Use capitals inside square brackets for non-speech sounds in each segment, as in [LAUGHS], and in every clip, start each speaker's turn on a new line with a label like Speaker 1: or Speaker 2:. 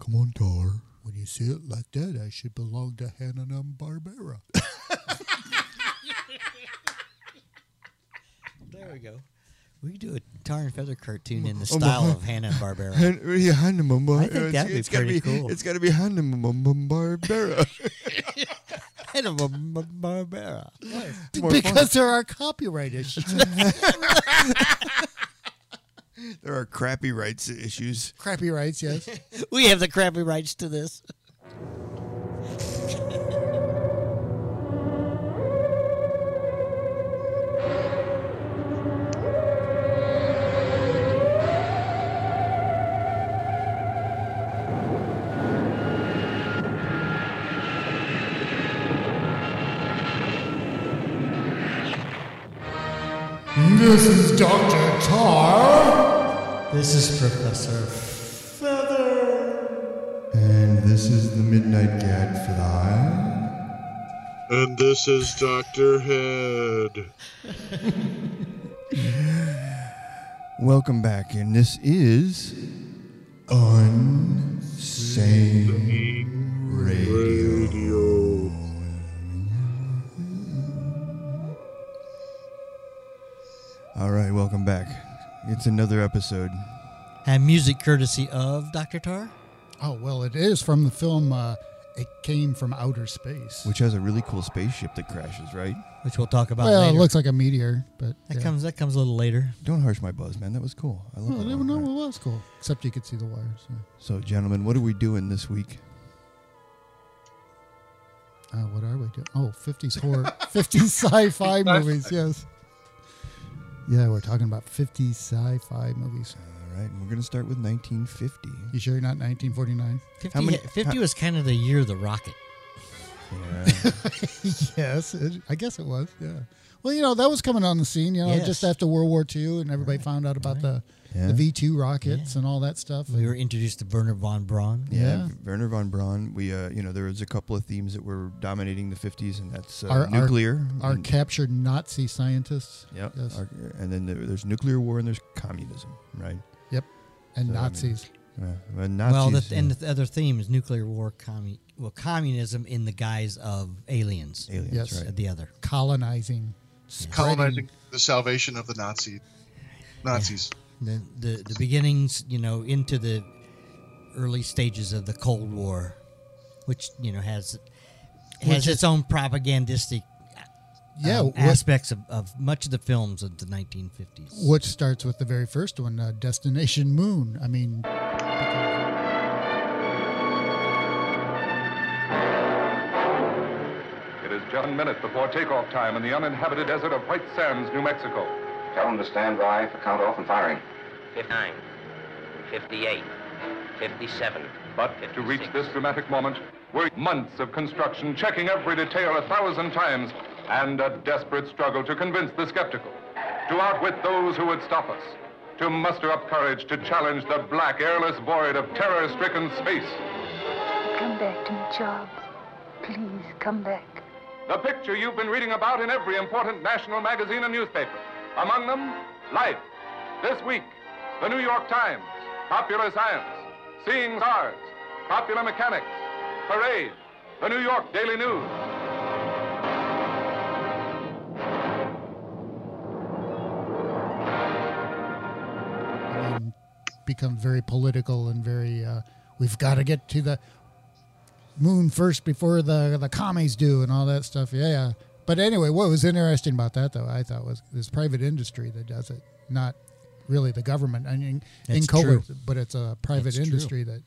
Speaker 1: Come on, Tar. When you say it like that, I should belong to Hananam Barbera.
Speaker 2: There we go. Oh We could do a tar and feather cartoon in the style of Hanna Barbera.
Speaker 3: [LAUGHS] Hand, yeah, Hanna Barbera.
Speaker 2: I think that'd be
Speaker 3: it's gotta
Speaker 2: pretty
Speaker 3: be,
Speaker 2: cool.
Speaker 3: It's gotta be Hanna
Speaker 1: [LAUGHS]
Speaker 3: Barbera.
Speaker 2: [LAUGHS] Hanna Barbera.
Speaker 3: More
Speaker 1: because there are copyright issues.
Speaker 3: [LAUGHS] there are crappy rights issues.
Speaker 1: Crappy rights,
Speaker 3: [LAUGHS]
Speaker 1: yes.
Speaker 2: We have the crappy rights to this.
Speaker 1: This is Dr. Tar.
Speaker 2: This is Professor.
Speaker 3: And this is the Midnight Gadfly.
Speaker 4: And this is Dr. Head.
Speaker 3: Welcome back, and this is Unsane Radio.
Speaker 4: Radio.
Speaker 3: All right, welcome back. It's another episode.
Speaker 2: And music courtesy of Dr. Tar.
Speaker 1: Oh, well, it is from the film uh, It Came From Outer Space.
Speaker 3: which has a really cool spaceship that crashes, right?
Speaker 2: Which we'll talk about
Speaker 1: well,
Speaker 2: later.
Speaker 1: it looks like a meteor, but.
Speaker 2: that
Speaker 1: yeah.
Speaker 2: comes that comes a little later.
Speaker 3: Don't harsh my buzz, man. That was cool. I love
Speaker 1: Well, I
Speaker 3: that.
Speaker 1: didn't
Speaker 3: one.
Speaker 1: Oh, know
Speaker 3: All
Speaker 1: it
Speaker 3: right.
Speaker 1: was cool. Except you could see the wires. yeah.
Speaker 3: So, gentlemen, what are we doing this week?
Speaker 1: Uh, what are we doing? Oh, 50s horror, 50s sci-fi movies. Yes. Yeah, we're talking about 50s sci-fi movies.
Speaker 3: All right, and we're gonna start
Speaker 1: [LAUGHS]
Speaker 3: with 1950.
Speaker 1: You sure you're not 1949?
Speaker 2: 50,
Speaker 3: many-
Speaker 2: 50 was kind of the year of the rocket.
Speaker 3: Yeah.
Speaker 1: yes, it, I guess it was. Yeah. Well, you know that was coming on the scene. You know,
Speaker 2: Yes.
Speaker 1: just after World War II, and everybody found out about the
Speaker 3: Yeah.
Speaker 1: the V two rockets and all that stuff.
Speaker 2: We were introduced to Werner von Braun.
Speaker 3: Yeah,
Speaker 1: Yeah.
Speaker 3: Werner von Braun. We, uh, you know, there was a couple of themes that were dominating the 50s, and that's uh,
Speaker 1: Our- our-
Speaker 3: nuclear.
Speaker 1: Our
Speaker 3: and,
Speaker 1: captured Nazi scientists.
Speaker 3: yep.
Speaker 1: yes.
Speaker 3: our- and then there, there's nuclear war and there's communism, right?
Speaker 1: and
Speaker 3: So, I mean,
Speaker 1: Nazis.
Speaker 3: Uh, and Nazis.
Speaker 2: well, the, and
Speaker 3: uh,
Speaker 2: the other theme is nuclear war, commu- well, communism in the guise of aliens.
Speaker 3: aliens,
Speaker 1: Yes.
Speaker 3: right?
Speaker 2: The other.
Speaker 1: colonizing, spreading-
Speaker 4: Colonizing the salvation of the Nazi Nazis.
Speaker 2: the, the the beginnings, you know, into the early stages of the Cold War, which you know has has its own propagandistic
Speaker 1: Yeah,
Speaker 2: um,
Speaker 1: what-
Speaker 2: aspects of, of much of the films of the 1950s.
Speaker 1: which starts with the very first one, uh, Destination Moon. I mean,
Speaker 5: It is just minutes before takeoff time in the uninhabited desert of White Sands, New Mexico.
Speaker 6: Tell them to stand by for count off and firing.
Speaker 7: 59, 58, 57.
Speaker 5: But to reach
Speaker 7: 56.
Speaker 5: this dramatic moment, were months of construction, checking every detail a thousand times, and a desperate struggle to convince the skeptical, to outwit those who would stop us, to muster up courage to challenge the black, airless void of terror-stricken space.
Speaker 8: Come back to me, Charles. Please come back.
Speaker 5: The picture you've been reading about in every important national magazine and newspaper. Among them, Life, This Week, The New York Times, Popular Science, Seeing Stars, Popular Mechanics, Parade, The New York Daily News.
Speaker 1: I mean, um, become very political and very. Uh, we've got to get to the moon first before the the commies do, and all that stuff. Yeah, yeah. But anyway, what was interesting about that, though, I thought was this private industry that does it, not really the government. I mean, in
Speaker 2: That's
Speaker 1: COVID,
Speaker 2: true.
Speaker 1: but it's a private
Speaker 2: That's true.
Speaker 1: industry that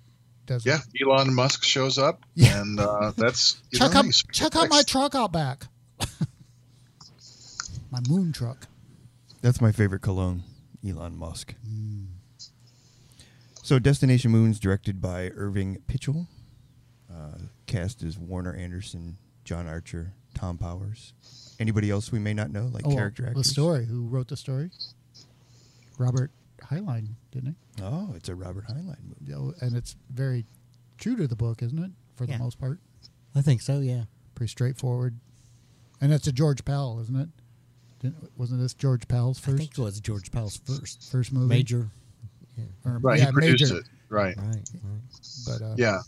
Speaker 1: does.
Speaker 4: Yeah,
Speaker 1: it.
Speaker 4: Elon Musk shows up,
Speaker 1: Yeah.
Speaker 4: and uh,
Speaker 1: [LAUGHS]
Speaker 4: that's you
Speaker 1: Check
Speaker 4: know,
Speaker 1: out
Speaker 4: he's-
Speaker 1: check out my truck out back. [LAUGHS] my moon truck.
Speaker 3: That's my favorite cologne, Elon Musk.
Speaker 1: Hmm.
Speaker 3: So, Destination Moon's directed by Irving Pitchell. Uh, cast is Warner Anderson, John Archer, Tom Powers. Anybody else we may not know, like
Speaker 1: Oh,
Speaker 3: character
Speaker 1: the
Speaker 3: actors?
Speaker 1: story. Who wrote the story? Robert Heinlein, didn't
Speaker 3: Oh, it's a Robert Heinlein movie.
Speaker 1: he? Oh, And it's very true to the book, isn't it? For the
Speaker 2: Yeah.
Speaker 1: most part,
Speaker 2: I think so. Yeah.
Speaker 1: pretty straightforward. And that's a George Powell, isn't it? Didn't, wasn't this George Powell's
Speaker 2: I
Speaker 1: first
Speaker 2: think it was George Powell's first
Speaker 1: first movie?
Speaker 2: major.
Speaker 1: Or-
Speaker 4: Right, he produced
Speaker 1: major,
Speaker 4: it. Right.
Speaker 2: Right, right.
Speaker 1: But uh,
Speaker 4: Yeah.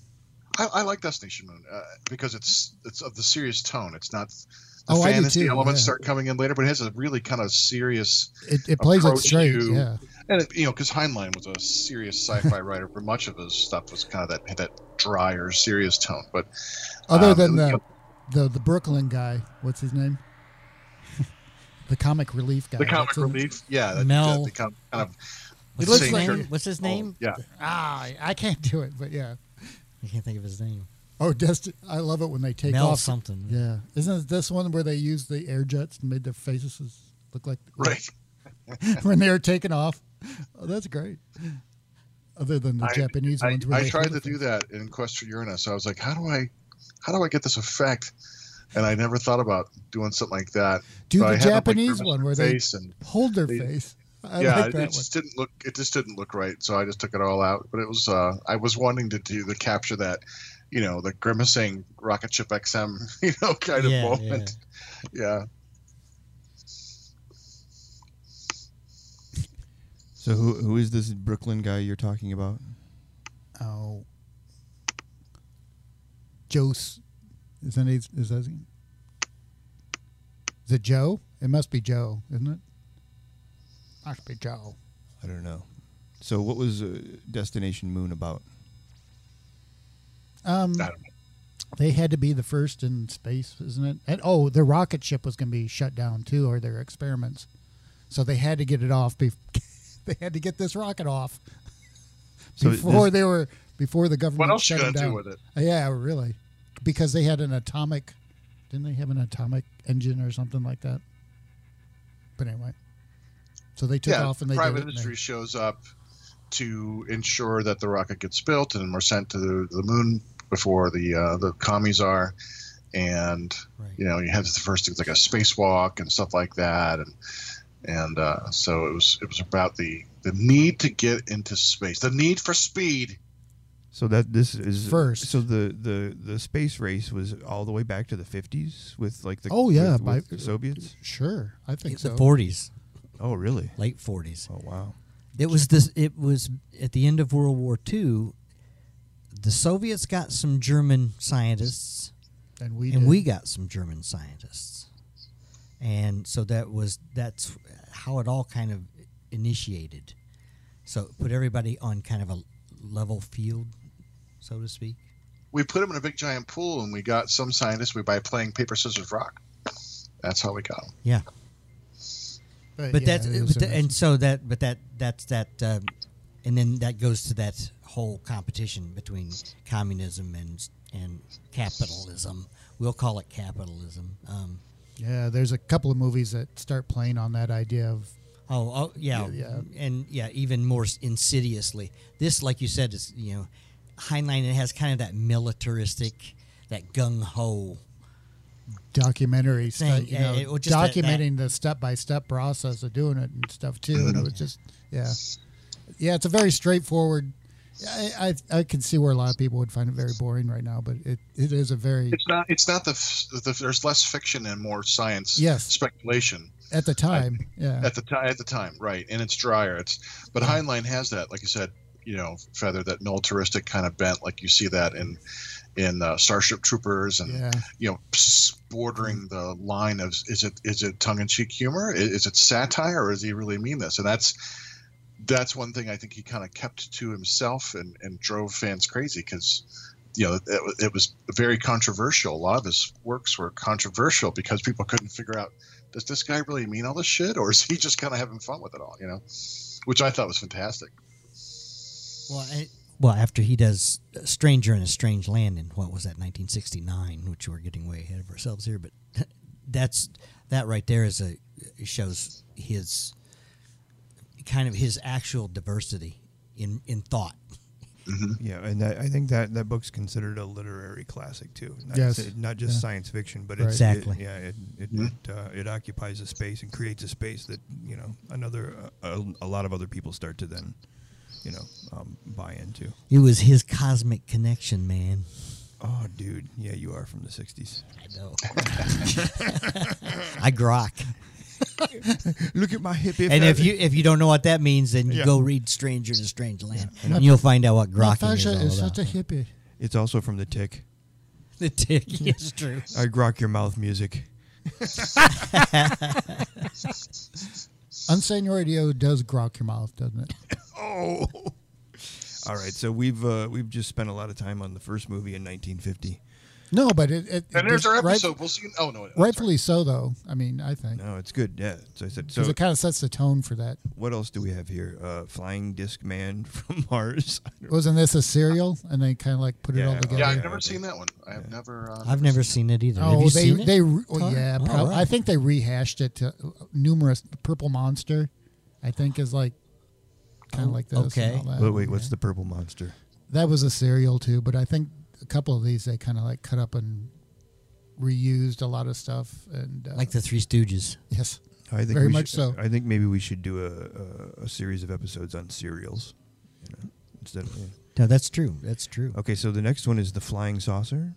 Speaker 4: I, I like Destination Moon uh, because it's it's of the serious tone. It's not the
Speaker 1: Oh, I do
Speaker 4: fantasy
Speaker 1: too,
Speaker 4: elements
Speaker 1: yeah.
Speaker 4: start coming in later, but it has a really kind of serious
Speaker 1: it, it plays it
Speaker 4: Approach
Speaker 1: straight.
Speaker 4: you-
Speaker 1: Yeah.
Speaker 4: And it, you know, because Heinlein was a serious sci-fi [LAUGHS] writer, but much of his stuff was kind of that had that drier, serious tone. But
Speaker 1: Other
Speaker 4: um,
Speaker 1: than
Speaker 4: it was-
Speaker 1: the, the the Brooklyn guy, what's his name? [LAUGHS] the comic relief guy.
Speaker 4: the comic
Speaker 1: That's in-
Speaker 4: relief, yeah, that,
Speaker 2: Mel-
Speaker 4: that, the com- kind of oh,
Speaker 2: What's
Speaker 1: looks
Speaker 2: his
Speaker 1: like-
Speaker 2: name? What's his name?
Speaker 4: yeah,
Speaker 1: Ah, I can't do it, but yeah.
Speaker 2: I can't think of his name.
Speaker 1: Oh, Desti- I love it when they take
Speaker 2: Mel
Speaker 1: off.
Speaker 2: something.
Speaker 1: Yeah, isn't it this one where they used the air jets and made their faces look like [LAUGHS]
Speaker 4: right.
Speaker 1: when they were taking off? Oh, that's great. Other than the
Speaker 4: I-
Speaker 1: Japanese
Speaker 4: I,
Speaker 1: ones, where
Speaker 4: I
Speaker 1: they
Speaker 4: tried
Speaker 1: hold
Speaker 4: to
Speaker 1: it
Speaker 4: do that in Quest for Uranus. I was like, how do I, how do I get this effect? And I never thought about doing something like that.
Speaker 1: Do
Speaker 4: But
Speaker 1: the
Speaker 4: I had them, like,
Speaker 1: Japanese
Speaker 4: grimace
Speaker 1: one
Speaker 4: their
Speaker 1: where they
Speaker 4: face and
Speaker 1: hold their
Speaker 4: they-
Speaker 1: face. I
Speaker 4: yeah,
Speaker 1: like
Speaker 4: it-
Speaker 1: that
Speaker 4: it just didn't look. It just didn't look right, so I just took it all out. But it was. Uh, I was wanting to do the capture that, you know, the grimacing rocket ship XM, [LAUGHS] you know, kind
Speaker 2: Yeah,
Speaker 4: of moment. Yeah.
Speaker 3: So who who is this Brooklyn guy you're talking about?
Speaker 1: one. Oh, Joe's is that his, is that his name? Is it Joe? It must be Joe, isn't it? Must be Joe.
Speaker 3: I don't know. So what was uh, Destination Moon about?
Speaker 1: Um,
Speaker 4: I don't know.
Speaker 1: they had to be the first in space, isn't it? And oh, their rocket ship was going to be shut down too, or their experiments. So they had to get it off. Bef- [LAUGHS] they had to get this rocket off
Speaker 3: So
Speaker 1: before
Speaker 3: this-
Speaker 1: they were before the government
Speaker 4: What else you
Speaker 1: shut them
Speaker 4: gonna
Speaker 1: down. Uh,
Speaker 4: do with it?
Speaker 1: Yeah, really, because they had an atomic. Didn't they have an atomic engine or something like that? But anyway, so they took
Speaker 4: yeah.
Speaker 1: off and they
Speaker 4: private
Speaker 1: did it and
Speaker 4: industry
Speaker 1: they-
Speaker 4: shows up to ensure that the rocket gets built and we're sent to the, the moon before the uh, the commies are, and
Speaker 2: Right.
Speaker 4: you know you have the first things like a spacewalk and stuff like that and and uh, so it was it was about the the need to get into space the need for speed
Speaker 3: So that this is
Speaker 1: First.
Speaker 3: So the, the the space race was all the way back to the 50s with like the
Speaker 1: Oh, yeah,
Speaker 3: with-
Speaker 1: by-
Speaker 3: with the Soviets.
Speaker 1: Sure, I think
Speaker 2: The
Speaker 1: so.
Speaker 2: forties,
Speaker 3: Oh really?
Speaker 2: late forties.
Speaker 3: Oh wow.
Speaker 2: It was this. It was at the end of World War II. The Soviets got some German scientists,
Speaker 1: and we
Speaker 2: and
Speaker 1: did.
Speaker 2: we got some German scientists, and so that was that's how it all kind of initiated. So it put everybody on kind of a level field, so to speak.
Speaker 4: we put them in a big giant pool and we got some scientists we by playing paper scissors rock that's how we got them
Speaker 2: Yeah, but
Speaker 1: yeah,
Speaker 2: that's uh,
Speaker 1: it
Speaker 2: but
Speaker 1: was
Speaker 2: the-
Speaker 1: amazing.
Speaker 2: and so that but that that's that um, and then that goes to that whole competition between communism and and capitalism we'll call it capitalism um,
Speaker 1: Yeah, there's a couple of movies that start playing on that idea of
Speaker 2: oh, oh yeah,
Speaker 1: Yeah,
Speaker 2: and yeah even more s- insidiously this like you said is you know Heinlein it has kind of that militaristic that gung-ho
Speaker 1: documentary stuff,
Speaker 2: Thing,
Speaker 1: you
Speaker 2: yeah,
Speaker 1: know,
Speaker 2: it was just that-
Speaker 1: documenting the step by step process of doing it and stuff too. And it was just, yeah, yeah, it's a very straightforward. I, I I can see where a lot of people would find it very boring right now, but it, it is a very
Speaker 4: it's not it's not the, f- the there's less fiction and more science
Speaker 1: Yes.
Speaker 4: speculation
Speaker 1: at the time, yeah,
Speaker 4: at the time at the time right and it's drier it's but heinlein has that like you said you know feather that militaristic kind of bent like you see that in in uh, starship troopers and
Speaker 1: yeah,
Speaker 4: you know pss, bordering the line of is it is it tongue-in-cheek humor I- is, it satire or does he really mean this and that's that's one thing i think he kind of kept to himself and and drove fans crazy because you know it, wa- it was very controversial a lot of his works were controversial because people couldn't figure out does this guy really mean all this shit or is he just kind of having fun with it all you know which i thought was fantastic
Speaker 2: Well, I, well, after he does uh, "Stranger in a Strange Land" in what was that, 1969, which we're getting way ahead of ourselves here, but [LAUGHS] that's that right there is a shows his kind of his actual diversity in in thought.
Speaker 3: Yeah, and that, I think that that book's considered a literary classic too. Not,
Speaker 1: Yes.
Speaker 3: s- not just
Speaker 1: Yeah.
Speaker 3: science fiction, but
Speaker 1: Right.
Speaker 3: it's,
Speaker 2: Exactly. Mm-hmm.
Speaker 3: It, yeah, it it, it, uh, it occupies a space and creates a space that you know another uh, a, a lot of other people start to then you know um, buy into.
Speaker 2: It was his cosmic connection, man.
Speaker 3: Oh, dude, yeah, you are from the '60s.
Speaker 1: [LAUGHS]
Speaker 2: I know. I grok.
Speaker 3: Look at my hip. If
Speaker 2: and if
Speaker 3: I-
Speaker 2: you if you don't know what that means, then you
Speaker 3: Yeah.
Speaker 2: go read Stranger in a Strange Land, and you'll find out what grokking is
Speaker 1: Natasha
Speaker 2: all
Speaker 1: is
Speaker 2: about.
Speaker 1: such a hippie.
Speaker 3: it's also from the tick.
Speaker 2: the tick [LAUGHS] is true.
Speaker 1: [LAUGHS]
Speaker 3: I grok your mouth music.
Speaker 1: Unsane Radio does grok your mouth, doesn't it?
Speaker 3: Oh. [LAUGHS] All right, so we've uh, we've just spent a lot of time on the first movie in 1950.
Speaker 1: No, but it. it
Speaker 4: And there's our
Speaker 1: right-
Speaker 4: episode. we'll see. You, oh no, I'm
Speaker 1: rightfully so, though. I mean, I think
Speaker 3: No, it's good. Yeah. So I said. So
Speaker 1: because it kind of sets the tone for that.
Speaker 3: what else do we have here? Uh, Flying Disc Man [LAUGHS] from Mars. I don't-
Speaker 1: Wasn't this a serial? And they kind of like put it
Speaker 3: Yeah.
Speaker 1: all together.
Speaker 4: Yeah, I've
Speaker 3: Yeah,
Speaker 4: never
Speaker 3: I
Speaker 4: seen that one. I have never. Uh,
Speaker 2: I've never seen it either. Have
Speaker 1: Oh,
Speaker 2: you
Speaker 1: they
Speaker 2: seen it?
Speaker 1: they re- oh,
Speaker 2: Todd?
Speaker 1: yeah.
Speaker 2: All
Speaker 1: prob-
Speaker 2: right.
Speaker 1: I think they rehashed it to uh, numerous. Purple Monster, I think, is like kind of like this. and
Speaker 2: Oh, okay.
Speaker 1: all that.
Speaker 3: Wait, wait, what's the purple monster?
Speaker 1: That was a serial too, but I think a couple of these they kind of like cut up and reused a lot of stuff and uh,
Speaker 2: like the Three Stooges.
Speaker 1: yes,
Speaker 3: I think
Speaker 1: Very
Speaker 3: we
Speaker 1: much
Speaker 3: should-
Speaker 1: so.
Speaker 3: I think maybe we should do a, a, a series of episodes on serials. You know, instead of, yeah.
Speaker 2: No, that's true. That's true.
Speaker 3: Okay, so the next one is the flying saucer.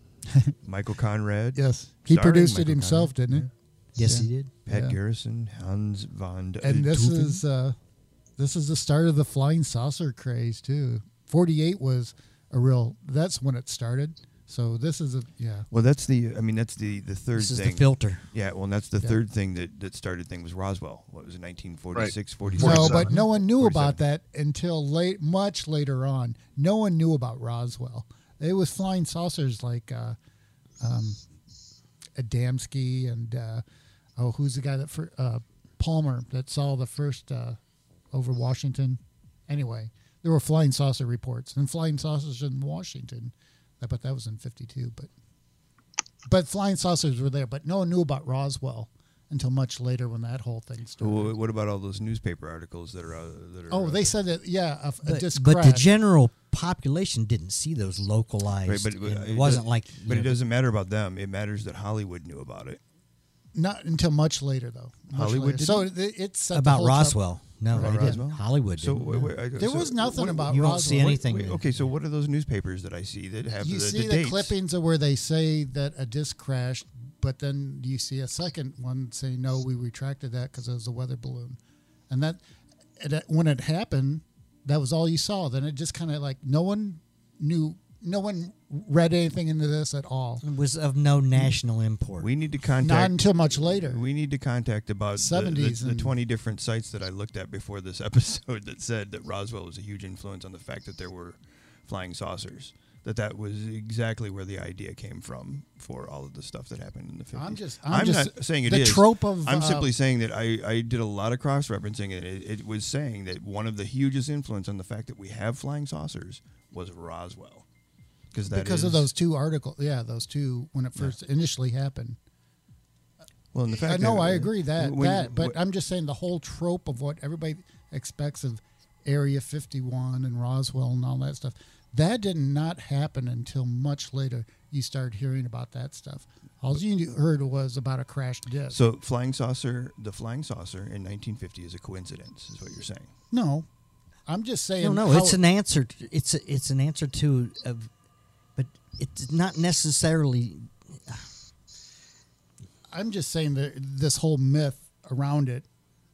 Speaker 3: Michael Conrad.
Speaker 1: yes. He
Speaker 3: Starring
Speaker 1: produced it
Speaker 3: Michael
Speaker 1: himself,
Speaker 3: Conrad.
Speaker 1: didn't
Speaker 2: Yes, he did.
Speaker 3: Pat
Speaker 1: Yeah.
Speaker 3: Garrison, Hans von
Speaker 1: he? And this
Speaker 3: Duven.
Speaker 1: is uh, this is the start of the flying saucer craze too. Forty eight was a real. That's when it started. So this is a yeah.
Speaker 3: well, that's the. I mean, that's the the third
Speaker 2: This is
Speaker 3: thing.
Speaker 2: the filter.
Speaker 3: Yeah, well, and that's the
Speaker 1: Yeah.
Speaker 3: third thing that, that started thing was Roswell. What was it, 1946,
Speaker 4: Right.
Speaker 3: 47?
Speaker 1: No,
Speaker 4: 47.
Speaker 1: but no one knew about
Speaker 3: 47.
Speaker 1: that until late, much later on. No one knew about Roswell. It was flying saucers like uh, um, Adamski and uh, oh, who's the guy that for uh, Palmer that saw the first uh, over Washington. Anyway, there were flying saucer reports and flying saucers in Washington. I bet that was in '52, but but flying saucers were there, but no one knew about Roswell until much later when that whole thing started.
Speaker 3: Well, what about all those newspaper articles that are out that are?
Speaker 1: Oh,
Speaker 3: out
Speaker 1: they
Speaker 3: there?
Speaker 1: said that. Yeah, a, a
Speaker 2: But,
Speaker 1: disc
Speaker 2: but the
Speaker 1: crash.
Speaker 2: general population didn't see those localized.
Speaker 3: Right, but, but
Speaker 2: and it
Speaker 3: does-
Speaker 2: wasn't like. you
Speaker 3: But it
Speaker 2: know,
Speaker 3: doesn't matter about them. It matters that Hollywood knew about it.
Speaker 1: not until much later though. Much
Speaker 3: Hollywood
Speaker 1: later.
Speaker 3: didn't?
Speaker 1: So it, it set the
Speaker 2: about
Speaker 1: whole trouble.
Speaker 2: Roswell. No,
Speaker 3: About
Speaker 2: they didn't.
Speaker 3: Roswell?
Speaker 2: Hollywood.
Speaker 3: So,
Speaker 2: didn't,
Speaker 3: wait,
Speaker 2: no.
Speaker 3: wait, I-
Speaker 1: There
Speaker 3: so-
Speaker 1: was nothing
Speaker 3: wait,
Speaker 1: about
Speaker 2: you
Speaker 1: Roswell.
Speaker 2: won't see anything.
Speaker 3: wait, okay, so what are those newspapers that I see that have
Speaker 1: You
Speaker 3: the,
Speaker 1: see
Speaker 3: the,
Speaker 1: the,
Speaker 3: dates?
Speaker 1: clippings of where they say that a disc crashed, but then you see a second one saying no, we retracted that because it was a weather balloon, and that and that- when it happened, that was all you saw. Then it just kind of like no one knew, no one read anything into this at all.
Speaker 2: It was of no national import.
Speaker 3: We need to
Speaker 1: Not
Speaker 3: contact.
Speaker 1: until much later.
Speaker 3: we need to contact about the- the,
Speaker 1: 70s
Speaker 3: the,
Speaker 1: and-
Speaker 3: 20 different sites that I looked at before this [LAUGHS] episode that said that Roswell was a huge influence on the fact that there were flying saucers. That that was exactly where the idea came from for all of the stuff that happened in the 50s.
Speaker 1: I'm just-
Speaker 3: I'm,
Speaker 1: I'm just-
Speaker 3: not saying it
Speaker 1: the
Speaker 3: is.
Speaker 1: trope of,
Speaker 3: I'm
Speaker 1: uh,
Speaker 3: simply saying that I, I did a lot of cross referencing and it, it was saying that one of the hugest influence on the fact that we have flying saucers was Roswell. Because that
Speaker 1: because of
Speaker 3: is-
Speaker 1: those two articles. Yeah, those two when it first initially happened.
Speaker 3: Well, and the fact
Speaker 1: I know,
Speaker 3: that-
Speaker 1: I agree that
Speaker 3: when-
Speaker 1: that, but
Speaker 3: wh-
Speaker 1: I'm just saying the whole trope of what everybody expects of Area 51 and Roswell and all that stuff. That did not happen until much later. You start hearing about that stuff. All you knew- heard was about a crashed disc.
Speaker 3: So flying saucer, the flying saucer in 1950 is a coincidence, is what you're saying.
Speaker 1: no, I'm just saying.
Speaker 2: No, no,
Speaker 1: how-
Speaker 2: it's an answer. To, it's a, it's an answer to, of, but it's not necessarily.
Speaker 1: I'm just saying that this whole myth around it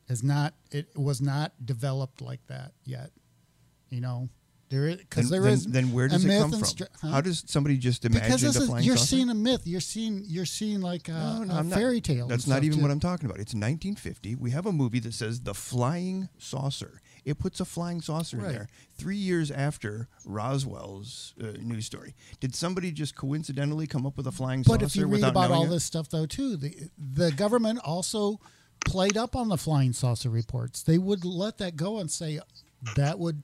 Speaker 1: is not. It was not developed like that yet. You know, there because
Speaker 3: Then-
Speaker 1: there
Speaker 3: then,
Speaker 1: is
Speaker 3: then where
Speaker 1: a
Speaker 3: does it
Speaker 1: myth
Speaker 3: come
Speaker 1: and
Speaker 3: from?
Speaker 1: stra- huh?
Speaker 3: How does somebody just imagine
Speaker 1: because this
Speaker 3: the
Speaker 1: is
Speaker 3: flying
Speaker 1: you're
Speaker 3: saucer?
Speaker 1: seeing a myth. You're seeing you're seeing like a,
Speaker 3: No, no,
Speaker 1: a
Speaker 3: I'm not-
Speaker 1: fairy tale. and
Speaker 3: That's not
Speaker 1: stuff,
Speaker 3: even
Speaker 1: too.
Speaker 3: what I'm talking about. It's 1950. We have a movie that says the flying saucer. It puts a flying saucer
Speaker 1: Right.
Speaker 3: in there three years after Roswell's uh, news story. Did somebody just coincidentally come up with a flying
Speaker 1: But
Speaker 3: saucer
Speaker 1: if you read
Speaker 3: without
Speaker 1: about
Speaker 3: knowing
Speaker 1: all
Speaker 3: it?
Speaker 1: this stuff though too, the the government also played up on the flying saucer reports. They would let that go and say that would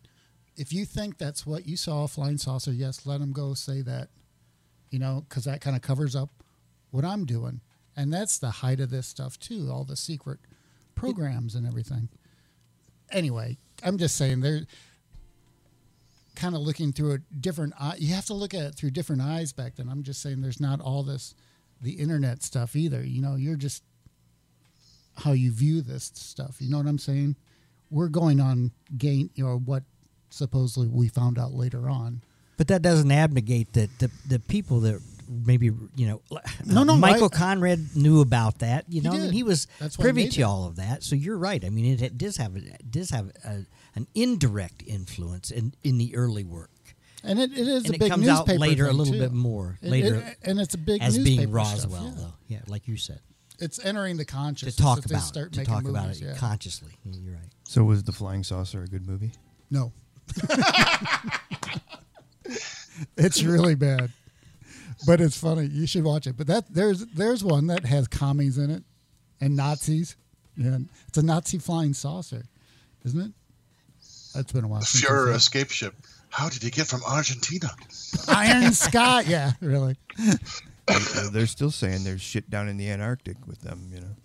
Speaker 1: if you think that's what you saw a flying saucer, yes, let them go say that. You know, cuz that kind of covers up what I'm doing. And that's the height of this stuff too, all the secret programs and everything. Anyway, I'm just saying there kind of looking through a different eye. You have to look at it through different eyes back then. I'm just saying there's not all this, the internet stuff either. You know, you're just how you view this stuff. You know what I'm saying? We're going on gain, you know, what supposedly we found out later on.
Speaker 2: But that doesn't abnegate that the the people that maybe you know
Speaker 1: No, no,
Speaker 2: Michael
Speaker 1: I-
Speaker 2: Conrad knew about that you know I mean,
Speaker 1: did.
Speaker 2: he was
Speaker 1: That's why he
Speaker 2: privy
Speaker 1: made
Speaker 2: to
Speaker 1: it.
Speaker 2: all of that so you're right I mean it, it does have it does have a, an indirect influence in in the early work
Speaker 1: and it, it is
Speaker 2: and
Speaker 1: a
Speaker 2: it
Speaker 1: big
Speaker 2: comes out
Speaker 1: newspaper
Speaker 2: later a
Speaker 1: thing,
Speaker 2: little
Speaker 1: too.
Speaker 2: bit more,
Speaker 1: It-
Speaker 2: later
Speaker 1: it- and it's a big
Speaker 2: as being
Speaker 1: newspaper
Speaker 2: Roswell
Speaker 1: stuff, yeah.
Speaker 2: though yeah like you said
Speaker 1: It's entering the
Speaker 2: to
Speaker 1: conscious
Speaker 2: talk
Speaker 1: that they
Speaker 2: about
Speaker 1: start
Speaker 2: to
Speaker 1: making
Speaker 2: talk about it
Speaker 1: movies, yeah.
Speaker 2: consciously Yeah, you're right
Speaker 3: So was the Flying Saucer a good [COUGHS] movie?
Speaker 1: No. it's really bad. But it's funny. You should watch it. But that there's there's one that has commies in it and Nazis. And it's a Nazi flying saucer, isn't it? That's been a while.
Speaker 4: The
Speaker 1: since I've
Speaker 4: Fuhrer
Speaker 1: seen it.
Speaker 4: escape ship. How did he get from Argentina?
Speaker 1: Iron Sky. Yeah, really.
Speaker 3: Uh, They're still saying there's shit down in the Antarctic with them, you know.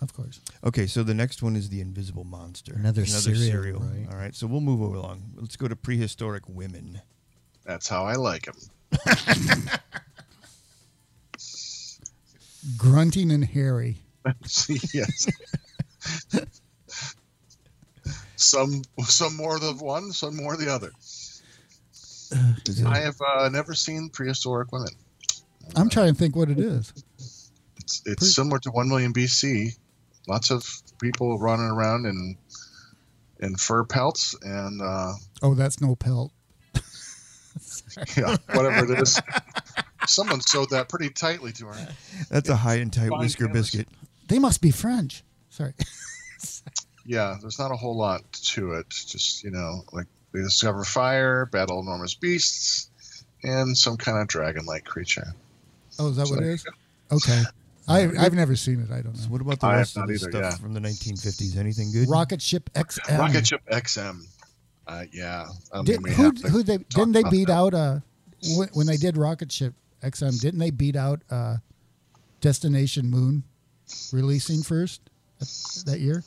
Speaker 1: Of course.
Speaker 3: Okay, so the next one is the Invisible Monster.
Speaker 2: Another serial, right.
Speaker 3: All right, so we'll move along. Let's go to prehistoric women.
Speaker 4: That's how I like him. [LAUGHS]
Speaker 1: Grunting and hairy.
Speaker 4: yes. some some more than one, some more the other.
Speaker 3: Is it-
Speaker 4: I have uh, never seen prehistoric women.
Speaker 1: I'm trying to think what it is.
Speaker 4: It's, it's similar to one million BC. Lots of people running around in in fur pelts and uh,
Speaker 1: Oh, that's no pelt.
Speaker 4: yeah, whatever it is. Someone sewed that pretty tightly to her.
Speaker 3: That's a high and tight
Speaker 4: Fine
Speaker 3: whisker
Speaker 4: canvas.
Speaker 3: biscuit.
Speaker 1: They must be French. Sorry.
Speaker 4: yeah, there's not a whole lot to it. Just you know, like they discover fire, battle enormous beasts, and some kind of dragon-like creature.
Speaker 1: Oh, is that what it
Speaker 4: Sorry.
Speaker 1: is? Okay. I, I've never seen it. I don't know.
Speaker 3: So what about the
Speaker 4: I have
Speaker 3: rest of
Speaker 4: not
Speaker 3: the
Speaker 4: either,
Speaker 3: stuff
Speaker 4: yeah.
Speaker 3: from the 1950s? Anything good?
Speaker 1: Rocket Ship XM.
Speaker 4: Rocket Ship XM. Uh, yeah, I
Speaker 1: Hmm.
Speaker 4: mean,
Speaker 1: Did,
Speaker 4: we
Speaker 1: who
Speaker 4: have to
Speaker 1: who they
Speaker 4: talk
Speaker 1: didn't they
Speaker 4: about
Speaker 1: beat
Speaker 4: that.
Speaker 1: out uh when, when they did Rocket Ship XM? Didn't they beat out uh Destination Moon releasing first that, that year?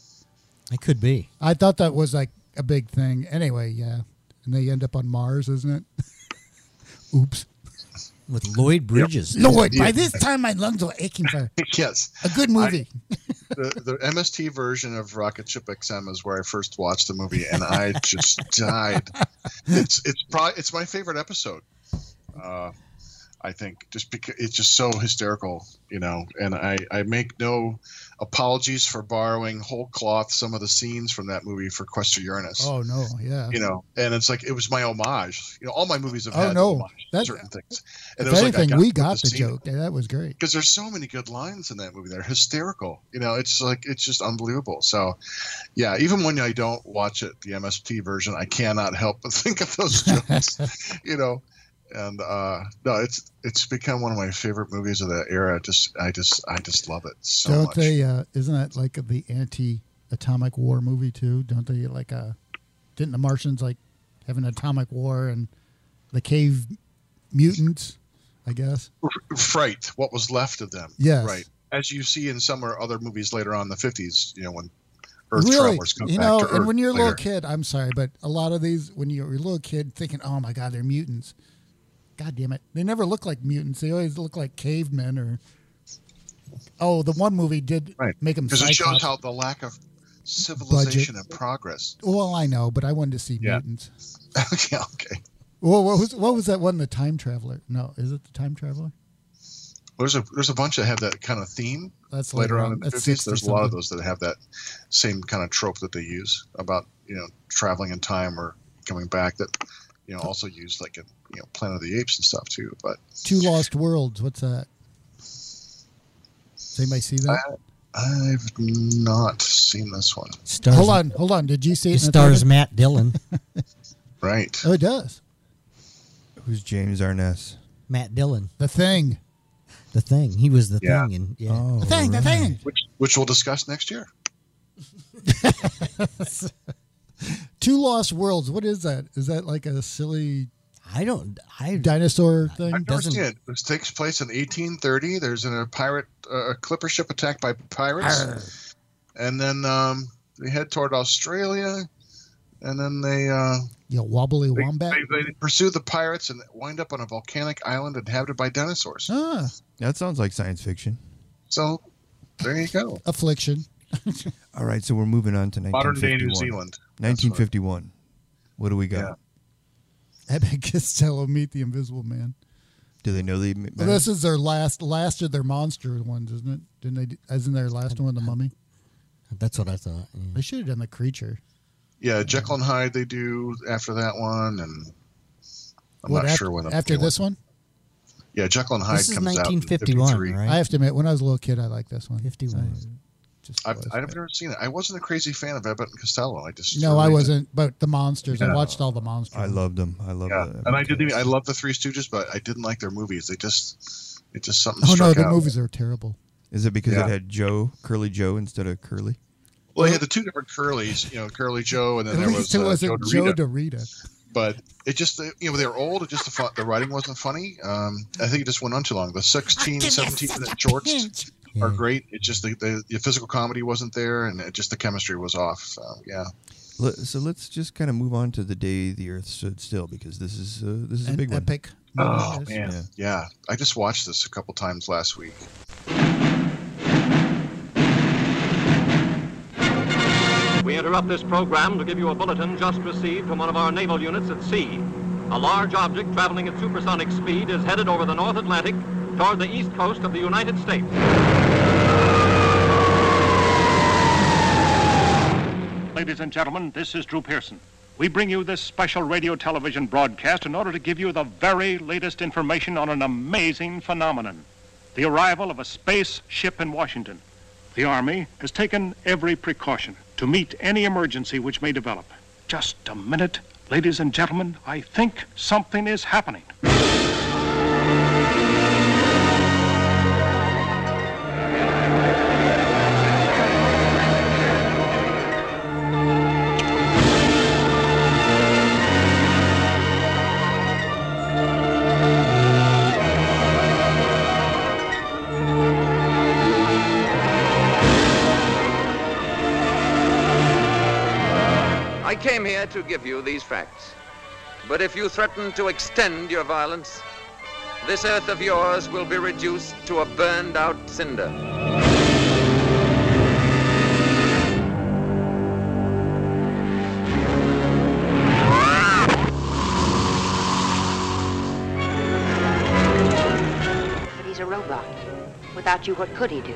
Speaker 2: it could be
Speaker 1: I thought that was like a big thing. Anyway, yeah, and they end up on Mars, isn't it? [LAUGHS] Oops.
Speaker 2: with Lloyd Bridges
Speaker 1: Lord, by this time my lungs were aching for
Speaker 4: [LAUGHS] yes,
Speaker 1: a [LAUGHS] good movie.
Speaker 4: the, the MST version of Rocket Ship XM is where I first watched the movie, and I
Speaker 1: [LAUGHS]
Speaker 4: just died. It's it's probably it's my favorite episode. Uh, I think just because it's just so hysterical, you know. And I I make no apologies for borrowing whole cloth some of the scenes from that movie for Quest for Uranus.
Speaker 1: oh no, [LAUGHS] yeah.
Speaker 4: You know, and it's like it was my homage. You know, all my movies have
Speaker 1: Oh,
Speaker 4: had
Speaker 1: no.
Speaker 4: homage to
Speaker 1: That-
Speaker 4: certain things. And it
Speaker 1: if
Speaker 4: was like, I
Speaker 1: anything, we
Speaker 4: to put
Speaker 1: got the
Speaker 4: scene in
Speaker 1: joke. Yeah, that was [LAUGHS] great.
Speaker 4: because there's so many good lines in that movie. They're hysterical. You know, it's like it's just unbelievable. So, yeah, even when I don't watch it, the MST version, I cannot help but [LAUGHS] think
Speaker 1: [LAUGHS]
Speaker 4: of those jokes. you know, and uh, no, it's it's become one of my favorite movies of that era. Just I just I just love it so
Speaker 1: Don't
Speaker 4: much.
Speaker 1: they? Uh, isn't that like the anti-atomic war movie too? Don't they like? Uh, didn't the Martians like have an atomic war and the cave mutants? I guess.
Speaker 4: Fright, what was left of them.
Speaker 1: Yes.
Speaker 4: right. As you see in some or other movies later on in the fifties, you know when. Earth
Speaker 1: really,
Speaker 4: travelers come
Speaker 1: you
Speaker 4: back
Speaker 1: know,
Speaker 4: to Earth
Speaker 1: and when you're a little
Speaker 4: later.
Speaker 1: kid, I'm sorry, but a lot of these, when you're a little kid, thinking, "Oh my God, they're mutants." God damn it, they never look like mutants. They always look like cavemen or. Oh, the one movie did
Speaker 4: right?
Speaker 1: make them.
Speaker 4: because it shows
Speaker 1: cyclops.
Speaker 4: how the lack of civilization and progress.
Speaker 1: Well, I know, but I wanted to see
Speaker 4: Yeah.
Speaker 1: mutants.
Speaker 4: yeah, [LAUGHS] okay.
Speaker 1: Well, what was what was that one? The time traveler? No, is it the time traveler?
Speaker 4: There's a there's a bunch that have that kind of theme
Speaker 1: That's
Speaker 4: later on in the
Speaker 1: That's
Speaker 4: 50s.
Speaker 1: 60
Speaker 4: There's a lot of
Speaker 1: something.
Speaker 4: those that have that same kind of trope that they use about you know traveling in time or coming back. That you know also used like in you know Planet of the Apes and stuff too. But
Speaker 1: Two Lost Worlds. What's that? Does anybody see that?
Speaker 4: I've not seen this one.
Speaker 2: stars,
Speaker 1: hold on, hold on. Did you see it? in
Speaker 2: it
Speaker 1: the theater?
Speaker 2: stars Matt Dillon [LAUGHS]
Speaker 4: Right.
Speaker 1: [LAUGHS] Oh, it does.
Speaker 3: Who's James Arness?
Speaker 2: Matt Dillon
Speaker 1: The thing.
Speaker 2: the thing he was the
Speaker 4: Yeah.
Speaker 2: thing and yeah
Speaker 1: The thing. The thing.
Speaker 4: Which which we'll discuss next year.
Speaker 1: Two Lost Worlds. What is that? Is that like a silly
Speaker 2: I don't I
Speaker 1: dinosaur thing?
Speaker 4: I've never
Speaker 2: Doesn't-
Speaker 4: seen it. This takes place in 1830. There's an, a pirate, uh, a clipper ship attacked by pirates, and then um, they head toward Australia, and then they, uh,
Speaker 1: You wobbly
Speaker 4: they,
Speaker 1: wombat.
Speaker 4: they they pursue the pirates and wind up on a volcanic island inhabited by dinosaurs.
Speaker 1: Ah,
Speaker 3: That sounds like science fiction.
Speaker 4: So there you go.
Speaker 1: affliction.
Speaker 3: All right, so we're moving on to 1951.
Speaker 4: Modern day New Zealand. That's what-
Speaker 3: 1951. What do we got?
Speaker 4: Yeah.
Speaker 1: [LAUGHS] Abbott Costello meet the Invisible Man.
Speaker 3: Do they know the?
Speaker 1: Well, this is their last, last of their monster ones, isn't it? Didn't they? do- Isn't their last one the mummy?
Speaker 2: That's what I thought. yeah.
Speaker 1: They should have done the creature.
Speaker 4: Yeah, Jekyll and Hyde they do after that one, and I'm
Speaker 1: What,
Speaker 4: not
Speaker 1: af-
Speaker 4: sure when the-
Speaker 1: After this one,
Speaker 4: Yeah, Jekyll and Hyde
Speaker 2: This is
Speaker 4: comes out in
Speaker 2: 1951,
Speaker 4: 53.
Speaker 2: right?
Speaker 1: I have to admit, when I was a little kid, I liked this one.
Speaker 2: 51.
Speaker 1: So, just
Speaker 4: I've,
Speaker 1: was,
Speaker 4: I've
Speaker 1: but-
Speaker 4: never seen it. I wasn't a crazy fan of Abbott and Costello. I just
Speaker 1: no, I
Speaker 4: really
Speaker 1: wasn't. But the monsters, I
Speaker 4: Yeah.
Speaker 1: watched all the monsters.
Speaker 3: I loved them. I
Speaker 4: didn't-
Speaker 3: loved.
Speaker 4: Yeah,
Speaker 3: the-
Speaker 4: and I didn't. even- I love the Three Stooges, but I didn't like their movies. They just, it just something.
Speaker 1: Oh no,
Speaker 4: struck
Speaker 1: the
Speaker 4: out.
Speaker 1: movies are terrible.
Speaker 3: Is it because
Speaker 4: Yeah.
Speaker 3: it had Joe Curly Joe instead of Curly?
Speaker 4: Well, yeah, the two different Curlys, you know, Curly Joe, and then
Speaker 1: At
Speaker 4: there
Speaker 1: least
Speaker 4: was
Speaker 1: [LAUGHS] it
Speaker 4: uh, Joe,
Speaker 1: wasn't Joe
Speaker 4: Dorita.
Speaker 1: Dorita.
Speaker 4: But it just, they- you know, they were old. It just the, fu- the writing wasn't funny. Um, I think it just went on too long. The 16, 17 minute shorts are
Speaker 2: Yeah.
Speaker 4: great. It just the, the, the physical comedy wasn't there, and it just the chemistry was off. So yeah,
Speaker 3: Le- So let's just kind of move on to the day the Earth stood still because this is uh, this is a
Speaker 1: An
Speaker 3: big one.
Speaker 1: epic.
Speaker 4: Oh,
Speaker 1: movie.
Speaker 4: man.
Speaker 3: Yeah.
Speaker 4: yeah. I just watched this a couple times last week.
Speaker 9: We interrupt this program to give you a bulletin just received from one of our naval units at sea. A large object traveling at supersonic speed is headed over the North Atlantic toward the east coast of the United States.
Speaker 10: Ladies and gentlemen, this is Drew Pearson. We bring you this special radio television broadcast in order to give you the very latest information on an amazing phenomenon the arrival of a space ship in Washington. The Army has taken every precaution to meet any emergency which may develop. Just a minute, ladies and gentlemen, I think something is happening.
Speaker 9: I came here to give you these facts. But if you threaten to extend your violence, this earth of yours will be reduced to a burned out cinder.
Speaker 11: But he's a robot. Without you, what could he do?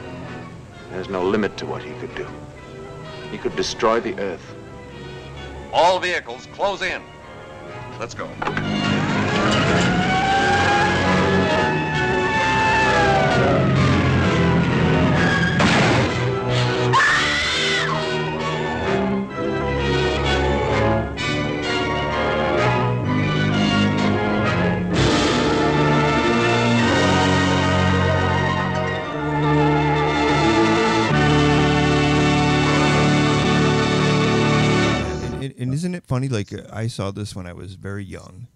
Speaker 6: There's no limit to what he could do. He could destroy the Earth.
Speaker 9: All vehicles close in. Let's go.
Speaker 3: And, and, and isn't it funny? Like uh, I saw this when I was very young,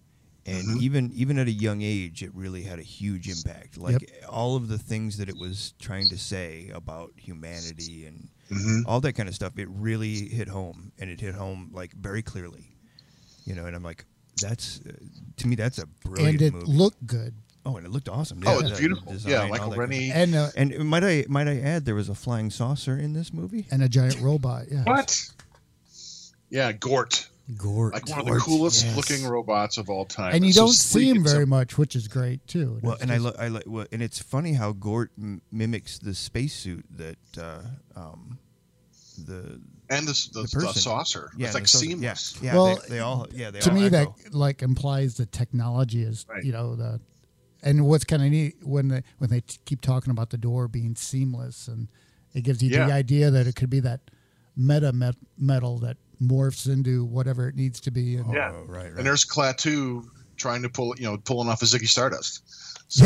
Speaker 3: and
Speaker 4: Mm-hmm.
Speaker 3: even even at a young age, it really had a huge impact. Like all of the things that it was trying to say about humanity and
Speaker 4: Mm-hmm.
Speaker 3: all that kind of stuff, it really hit home, and it hit home like very clearly. You know, and I'm like, that's uh, to me, that's a
Speaker 1: and
Speaker 3: brilliant
Speaker 1: it
Speaker 3: movie.
Speaker 1: looked good.
Speaker 3: oh, and it looked awesome.
Speaker 4: Oh,
Speaker 3: Yeah,
Speaker 4: it's
Speaker 3: the
Speaker 4: beautiful.
Speaker 3: design,
Speaker 4: Yeah,
Speaker 3: all
Speaker 4: Michael
Speaker 3: that kind of-
Speaker 4: Rennie.
Speaker 1: And uh,
Speaker 3: And might I might I add, there was a flying saucer in this movie.
Speaker 1: and a giant robot. Yeah.
Speaker 4: What? Yeah, Gort.
Speaker 2: Gort.
Speaker 4: Like one of the coolest looking robots of all time.
Speaker 1: And you
Speaker 4: It's so
Speaker 1: don't see
Speaker 4: sleek.
Speaker 1: him
Speaker 4: It's
Speaker 1: very
Speaker 4: a-
Speaker 1: much, which is great too.
Speaker 3: Well,
Speaker 1: it's
Speaker 3: and I
Speaker 1: just-
Speaker 3: lo- I like well, and it's funny how Gort m- mimics the spacesuit that uh, um, the
Speaker 4: and the, the,
Speaker 3: the
Speaker 4: the
Speaker 3: person.
Speaker 4: saucer.
Speaker 3: yeah
Speaker 4: it's
Speaker 3: the
Speaker 4: like
Speaker 3: saucer-
Speaker 4: seamless.
Speaker 3: Yeah, yeah
Speaker 1: Well,
Speaker 3: they, they all yeah they
Speaker 1: to
Speaker 3: all
Speaker 1: me that
Speaker 3: echo.
Speaker 1: like implies the technology is
Speaker 4: Right.
Speaker 1: you know the and what's kind of neat when they when they t- keep talking about the door being seamless and it gives you the
Speaker 4: Yeah.
Speaker 1: idea that it could be that meta met- metal that morphs into whatever it needs to be and
Speaker 4: Yeah.
Speaker 3: oh, right
Speaker 4: And
Speaker 3: right
Speaker 4: there's Klaatu trying to pull, you know, pulling off a Ziggy Stardust. So,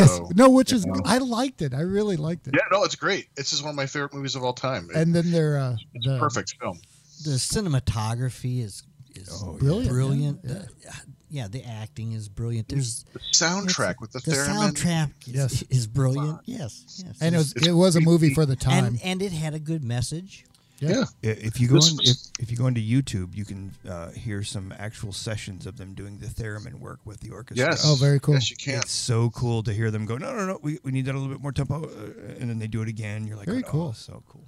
Speaker 1: [LAUGHS] yes no which is
Speaker 4: you know.
Speaker 1: i liked it i really liked it
Speaker 4: Yeah, no, it's great. This is one of my favorite movies of all time. It-
Speaker 1: and then they're uh the,
Speaker 4: perfect film.
Speaker 2: The cinematography is, is
Speaker 1: Brilliant,
Speaker 2: brilliant.
Speaker 1: Oh, yeah,
Speaker 2: The- yeah, the acting is brilliant. There's
Speaker 4: The soundtrack with the,
Speaker 2: the
Speaker 4: theremin.
Speaker 2: soundtrack is,
Speaker 1: Yes.
Speaker 2: is brilliant. Yes, yes.
Speaker 1: and it was
Speaker 4: It's
Speaker 1: it was a movie
Speaker 4: creepy.
Speaker 1: for the time
Speaker 2: and and it had a good message.
Speaker 1: Yeah.
Speaker 4: Yeah.
Speaker 3: I- if you go
Speaker 4: This
Speaker 3: on, if,
Speaker 4: was-
Speaker 3: if you go into YouTube you can uh, hear some actual sessions of them doing the theremin work with the orchestra
Speaker 4: Yes.
Speaker 1: Oh, very cool.
Speaker 4: Yes, you can.
Speaker 3: it's so cool to hear them go no no no we, we need that a little bit more tempo uh, and then they do it again you're like
Speaker 1: Very
Speaker 3: oh,
Speaker 1: cool.
Speaker 3: so cool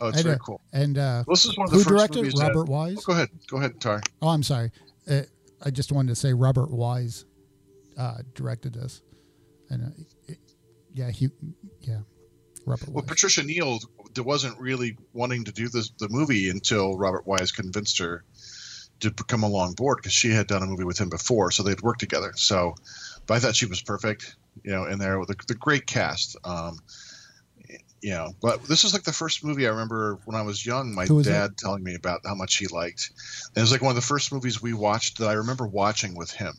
Speaker 4: Oh, it's
Speaker 1: and,
Speaker 4: very
Speaker 1: uh,
Speaker 4: cool.
Speaker 1: and uh
Speaker 4: Well, this is one of the
Speaker 1: who
Speaker 4: first
Speaker 1: directed
Speaker 4: movies that-
Speaker 1: robert wise
Speaker 4: Oh, go ahead. Go ahead, Tar.
Speaker 1: Oh, I'm sorry. Uh, I just wanted to say Robert Wise uh, directed this, And uh, it, yeah, he, yeah, Robert.
Speaker 4: Well,
Speaker 1: Wise.
Speaker 4: Patricia Neal d- wasn't really wanting to do this, the movie until Robert Wise convinced her to p- come along board because she had done a movie with him before, so they'd worked together. So, but I thought she was perfect, you know, in there with the, the great cast. Um, you know, but this is like the first movie I remember when I was young. My
Speaker 1: Who
Speaker 4: dad
Speaker 1: was that?
Speaker 4: telling me about how much he liked, and it was like one of the first movies we watched that I remember watching with him.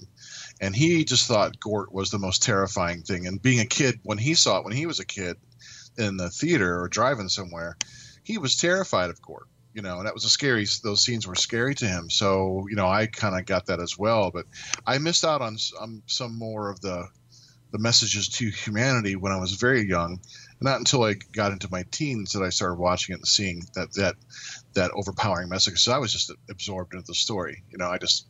Speaker 4: And he just thought Gort was the most terrifying thing. And being a kid, when he saw it when he was a kid, in the theater or driving somewhere, he was terrified of Gort. You know, and that was a scary. Those scenes were scary to him. So you know, I kind of got that as well. But I missed out on s- um, some more of the the messages to humanity when I was very young. Not until I got into my teens that I started watching it and seeing that that that overpowering message. So I was just absorbed into the story. You know, I just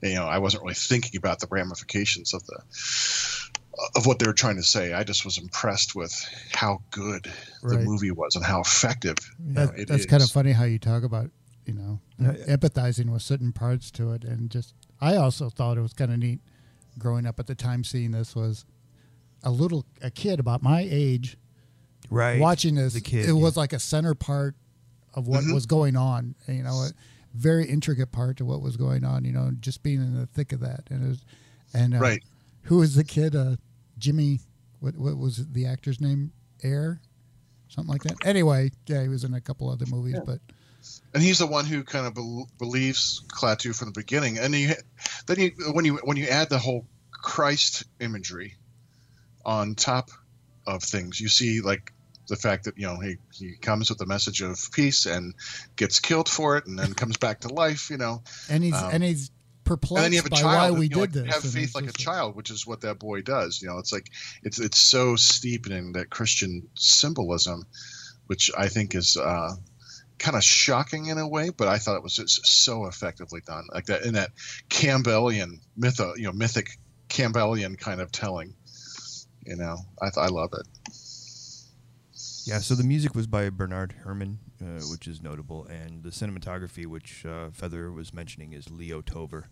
Speaker 4: you know I wasn't really thinking about the ramifications of the of what they were trying to say. I just was impressed with how good the
Speaker 1: Right.
Speaker 4: movie was and how effective you know,
Speaker 1: That,
Speaker 4: it
Speaker 1: that's kind of
Speaker 4: is.
Speaker 1: funny how you talk about you know empathizing with certain parts to it, and just I also thought it was kind of neat growing up at the time seeing this was a little a kid about my age,
Speaker 3: Right.
Speaker 1: Watching this,
Speaker 3: The kid,
Speaker 1: it was like a center part of what
Speaker 4: Mm-hmm.
Speaker 3: Mhm.
Speaker 1: was going on. You know, a very intricate part to what was going on. You know, just being in the thick of that, and it was, and uh,
Speaker 4: Right.
Speaker 1: who was the kid? Uh, Jimmy. What what was the actor's name? Air. Something like that. Anyway, yeah, he was in a couple other movies, but
Speaker 4: and he's the one who kind of bel believes Klaatu from the beginning. And you, then you, when you when you add the whole Christ imagery on top of things, you see like the fact that you know he he comes with the message of peace and gets killed for it, and then comes back to life. You know,
Speaker 1: and he's
Speaker 4: Um,
Speaker 1: and he's perplexed
Speaker 4: and then you have a
Speaker 1: by
Speaker 4: child
Speaker 1: why
Speaker 4: and,
Speaker 1: we
Speaker 4: you know,
Speaker 1: did
Speaker 4: like,
Speaker 1: this.
Speaker 4: have
Speaker 1: and
Speaker 4: faith
Speaker 1: it's
Speaker 4: like a
Speaker 1: just-
Speaker 4: child which is what that boy does you know it's like it's it's so steeped in that christian symbolism which i think is uh kind of shocking in a way but i thought it was just so effectively done like that in that campbellian myth you know mythic campbellian kind of telling you know i, I love it
Speaker 3: Yeah, so the music was by Bernard Herrmann, uh, which is notable, and the cinematography, which uh, Feather was mentioning, is Leo Tover,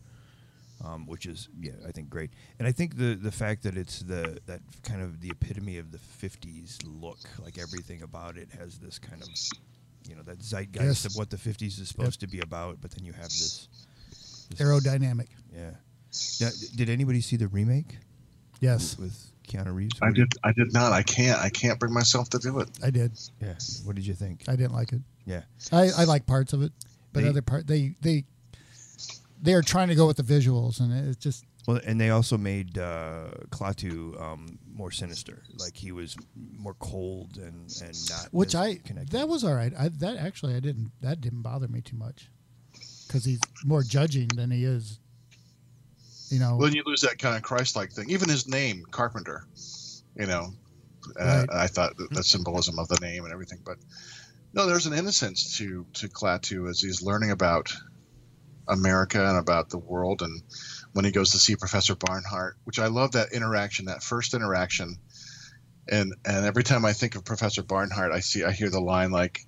Speaker 3: um, which is yeah, I think great. And I think the the fact that it's the that kind of the epitome of the '50s look, like everything about it has this kind of you know that
Speaker 1: Yes.
Speaker 3: zeitgeist of what the '50s is supposed to be about, but then you have this, this
Speaker 1: Aerodynamic.
Speaker 3: Yeah. Now, did anybody see the remake?
Speaker 1: Yes.
Speaker 3: With Keanu Reeves.
Speaker 4: i did i did not i can't i can't bring myself to do it
Speaker 1: I did.
Speaker 3: Yeah. What did you think?
Speaker 1: I didn't like it.
Speaker 3: Yeah.
Speaker 1: I, I like parts of it, but
Speaker 3: They-
Speaker 1: other part they they they are trying to go with the visuals, and it's just
Speaker 3: Well, and they also made uh, Klaatu um, more sinister. Like he was more cold and, and not.
Speaker 1: which
Speaker 3: as
Speaker 1: I
Speaker 3: connected.
Speaker 1: that was all right. I, that actually I didn't that didn't bother me too much because he's more judging than he is. You know,
Speaker 4: Well, then you lose that kind of Christ-like thing. Even his name, Carpenter, you know,
Speaker 1: Right. Mm-hmm.
Speaker 4: uh, I thought that the symbolism of the name and everything. But no, there's an innocence to to Klaatu as he's learning about America and about the world, and when he goes to see Professor Barnhart, which I love that interaction, that first interaction. And and every time I think of Professor Barnhart, I see I hear the line like,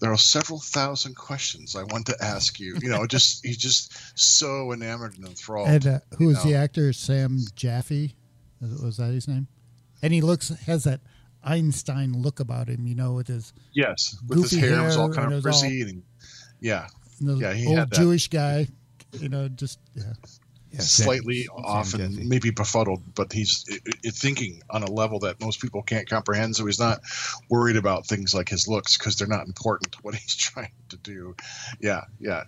Speaker 4: "There are several thousand questions I want to ask you." You know, just he's just so enamored and enthralled.
Speaker 1: and uh, who
Speaker 4: you
Speaker 1: is
Speaker 4: know.
Speaker 1: the actor? Sam Jaffe, was was that his name? And he looks has that Einstein look about him, you know, with his
Speaker 4: Yes, with his
Speaker 1: goofy
Speaker 4: hair, was all
Speaker 1: hair
Speaker 4: kind
Speaker 1: and it
Speaker 4: of
Speaker 1: was all-
Speaker 4: frizzy, and yeah,
Speaker 1: the
Speaker 4: yeah, he
Speaker 1: old
Speaker 4: had that
Speaker 1: Jewish guy, you know, just yeah.
Speaker 3: Yeah, Sam-
Speaker 4: slightly
Speaker 3: Sam
Speaker 4: off and
Speaker 3: Jaffe.
Speaker 4: maybe befuddled, but he's i i thinking on a level that most people can't comprehend. So he's not worried about things like his looks because they're not important [LAUGHS] to what he's trying to do. Yeah, yeah,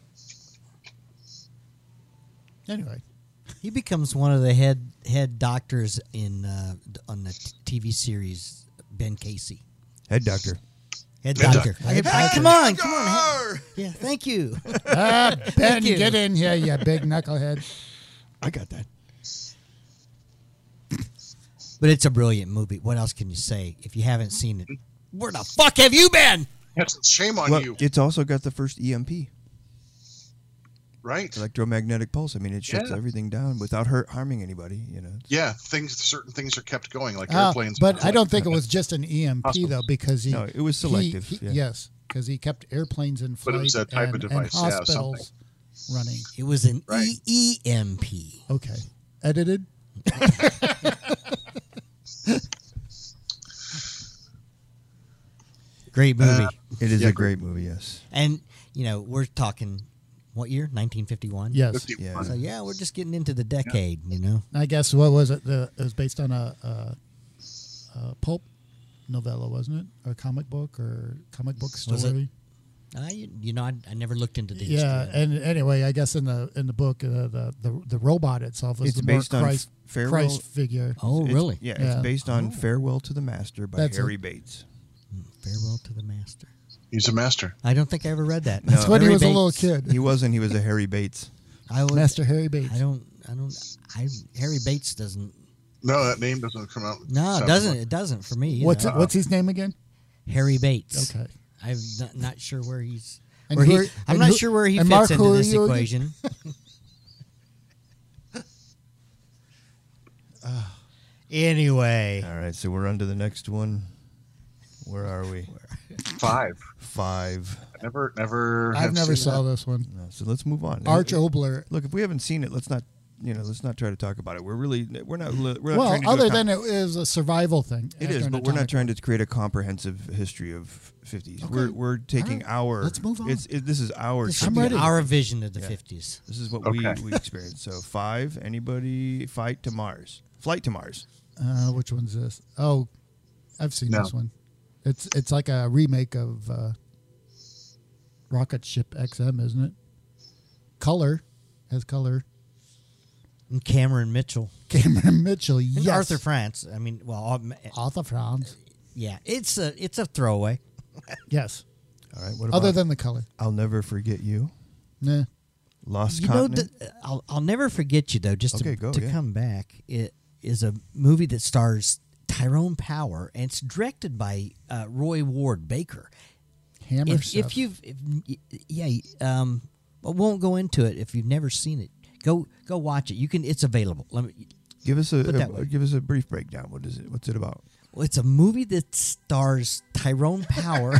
Speaker 4: [LAUGHS]
Speaker 1: Anyway,
Speaker 2: He becomes one of the head head doctors in uh, d- on the t- TV series Ben Casey.
Speaker 3: Head doctor.
Speaker 2: Head
Speaker 4: Head
Speaker 2: doctor.
Speaker 4: doctor.
Speaker 2: I
Speaker 1: Head
Speaker 2: get- I-
Speaker 1: doctor.
Speaker 2: come on, come on. head- Yeah, thank you.
Speaker 1: ah, Ben,
Speaker 2: Thank you.
Speaker 1: get in here, you big knucklehead.
Speaker 3: I got that.
Speaker 2: But it's a brilliant movie. What else can you say? If you haven't seen it, where the fuck have you been?
Speaker 4: That's- shame on
Speaker 3: Well,
Speaker 4: you,
Speaker 3: it's also got the first E EMP,
Speaker 4: right?
Speaker 3: electromagnetic pulse. I mean, it shuts
Speaker 4: Yeah.
Speaker 3: everything down without hurt harming anybody. You know.
Speaker 4: yeah, things certain things are kept going like
Speaker 1: Ah,
Speaker 4: airplanes,
Speaker 1: but I don't think it was just an EMP
Speaker 4: Hospitals.
Speaker 1: though, because he
Speaker 3: No, it was
Speaker 1: he-
Speaker 3: selective,
Speaker 1: he-
Speaker 3: yeah.
Speaker 1: Yes, because he kept airplanes in
Speaker 4: But
Speaker 1: flight
Speaker 4: it was that type of
Speaker 1: and, and
Speaker 4: device, yeah, something.
Speaker 1: hospitals running.
Speaker 2: It was an
Speaker 4: Right.
Speaker 2: E- EMP.
Speaker 1: Okay, edited.
Speaker 2: Great movie.
Speaker 3: it is a great movie. Yes.
Speaker 2: And you know, we're talking what year? 1951.
Speaker 1: Yes.
Speaker 2: Yeah.
Speaker 1: 51.
Speaker 2: So yeah, we're just getting into the decade. You know.
Speaker 1: I guess what was it? The, it was based on a, a, a pulp novella, wasn't it? Or comic book or comic book story.
Speaker 2: Was it? I you know I, I never looked into the
Speaker 1: yeah,
Speaker 2: history.
Speaker 1: and anyway, I guess in the in the book, uh, the, the the robot itself is
Speaker 3: It's
Speaker 1: the more
Speaker 3: based on Oh.
Speaker 1: Christ,
Speaker 3: Farewell-
Speaker 1: Christ figure.
Speaker 2: Oh,
Speaker 3: It's- Yeah, it's based on Farewell to the Master by
Speaker 1: That's
Speaker 3: Harry
Speaker 1: it.
Speaker 3: Bates.
Speaker 2: Mm, Farewell to the master.
Speaker 4: He's a master.
Speaker 2: I don't think I ever read that.
Speaker 1: That's when he was a little kid.
Speaker 3: He wasn't. He was a Harry Bates.
Speaker 2: I was,
Speaker 1: Master Harry Bates.
Speaker 2: I don't. I don't. I Harry Bates doesn't.
Speaker 4: No, that name doesn't come out.
Speaker 2: No, it doesn't. It doesn't for me.
Speaker 1: What's
Speaker 2: either.
Speaker 1: what's his name again?
Speaker 2: Harry Bates.
Speaker 1: Okay.
Speaker 2: I'm not, not sure where he's.
Speaker 1: And
Speaker 2: where
Speaker 1: who
Speaker 2: he-
Speaker 1: are-
Speaker 2: I'm
Speaker 1: and
Speaker 2: not
Speaker 1: who-
Speaker 2: sure where he
Speaker 1: and Mark,
Speaker 2: fits
Speaker 1: who
Speaker 2: into
Speaker 1: are
Speaker 2: this
Speaker 1: you again? [LAUGHS]
Speaker 2: equation. [SIGHS] anyway.
Speaker 3: All right, so we're on to the next one. Where are we?
Speaker 4: Five.
Speaker 3: Five.
Speaker 4: Never, never.
Speaker 1: I've never saw this one.
Speaker 3: No, so let's move on.
Speaker 1: Arch
Speaker 3: It- it-
Speaker 1: Obler.
Speaker 3: Look, if we haven't seen it, let's not. You know, let's not try to talk about it. We're really we're not. li- We're not
Speaker 1: well,
Speaker 3: trying to do a
Speaker 1: other
Speaker 3: com-
Speaker 1: than it is a survival thing.
Speaker 3: It
Speaker 1: after
Speaker 3: is,
Speaker 1: an
Speaker 3: but we're not
Speaker 1: atomic-
Speaker 3: trying to create a comprehensive history of 50s. We're,
Speaker 1: Okay.
Speaker 3: we're taking
Speaker 1: All right.
Speaker 3: our.
Speaker 1: Let's move on.
Speaker 3: It's, it, this is our.
Speaker 2: This
Speaker 3: show.
Speaker 2: should be I'm ready. our vision of the 50s.
Speaker 3: This is what
Speaker 2: Okay.
Speaker 3: we, we experienced. So five. Anybody fight to Mars? Flight to Mars.
Speaker 1: Uh, which one's this? Oh, I've seen
Speaker 3: No.
Speaker 1: this one. It's it's like a remake of uh, Rocket Ship XM, isn't it? Color has color. [LAUGHS]
Speaker 2: And Cameron Mitchell.
Speaker 1: Cameron Mitchell,
Speaker 2: And
Speaker 1: yes.
Speaker 2: Arthur France. I mean, well, um,
Speaker 1: Arthur France.
Speaker 2: yeah, it's a it's a throwaway.
Speaker 1: Yes.
Speaker 3: All right. What
Speaker 1: Other
Speaker 3: about
Speaker 1: than the color.
Speaker 3: I'll never forget you.
Speaker 1: Nah.
Speaker 3: Lost
Speaker 2: You know,
Speaker 3: continent.
Speaker 2: th- I'll I'll never forget you though. Just
Speaker 3: Okay,
Speaker 2: to,
Speaker 3: go,
Speaker 2: to
Speaker 3: yeah.
Speaker 2: come back, it is a movie that stars Tyrone Power and it's directed by uh, Roy Ward Baker.
Speaker 1: Hammer
Speaker 2: If,
Speaker 1: stuff.
Speaker 2: if you've, if, yeah, um, I won't go into it if you've never seen it. Go go watch it. You can. It's available. Let me.
Speaker 3: Give us a,
Speaker 2: Put that
Speaker 3: a-
Speaker 2: way.
Speaker 3: give us a brief breakdown. What is it? What's it about?
Speaker 2: Well, it's a movie that stars Tyrone
Speaker 3: [LAUGHS]
Speaker 2: Power.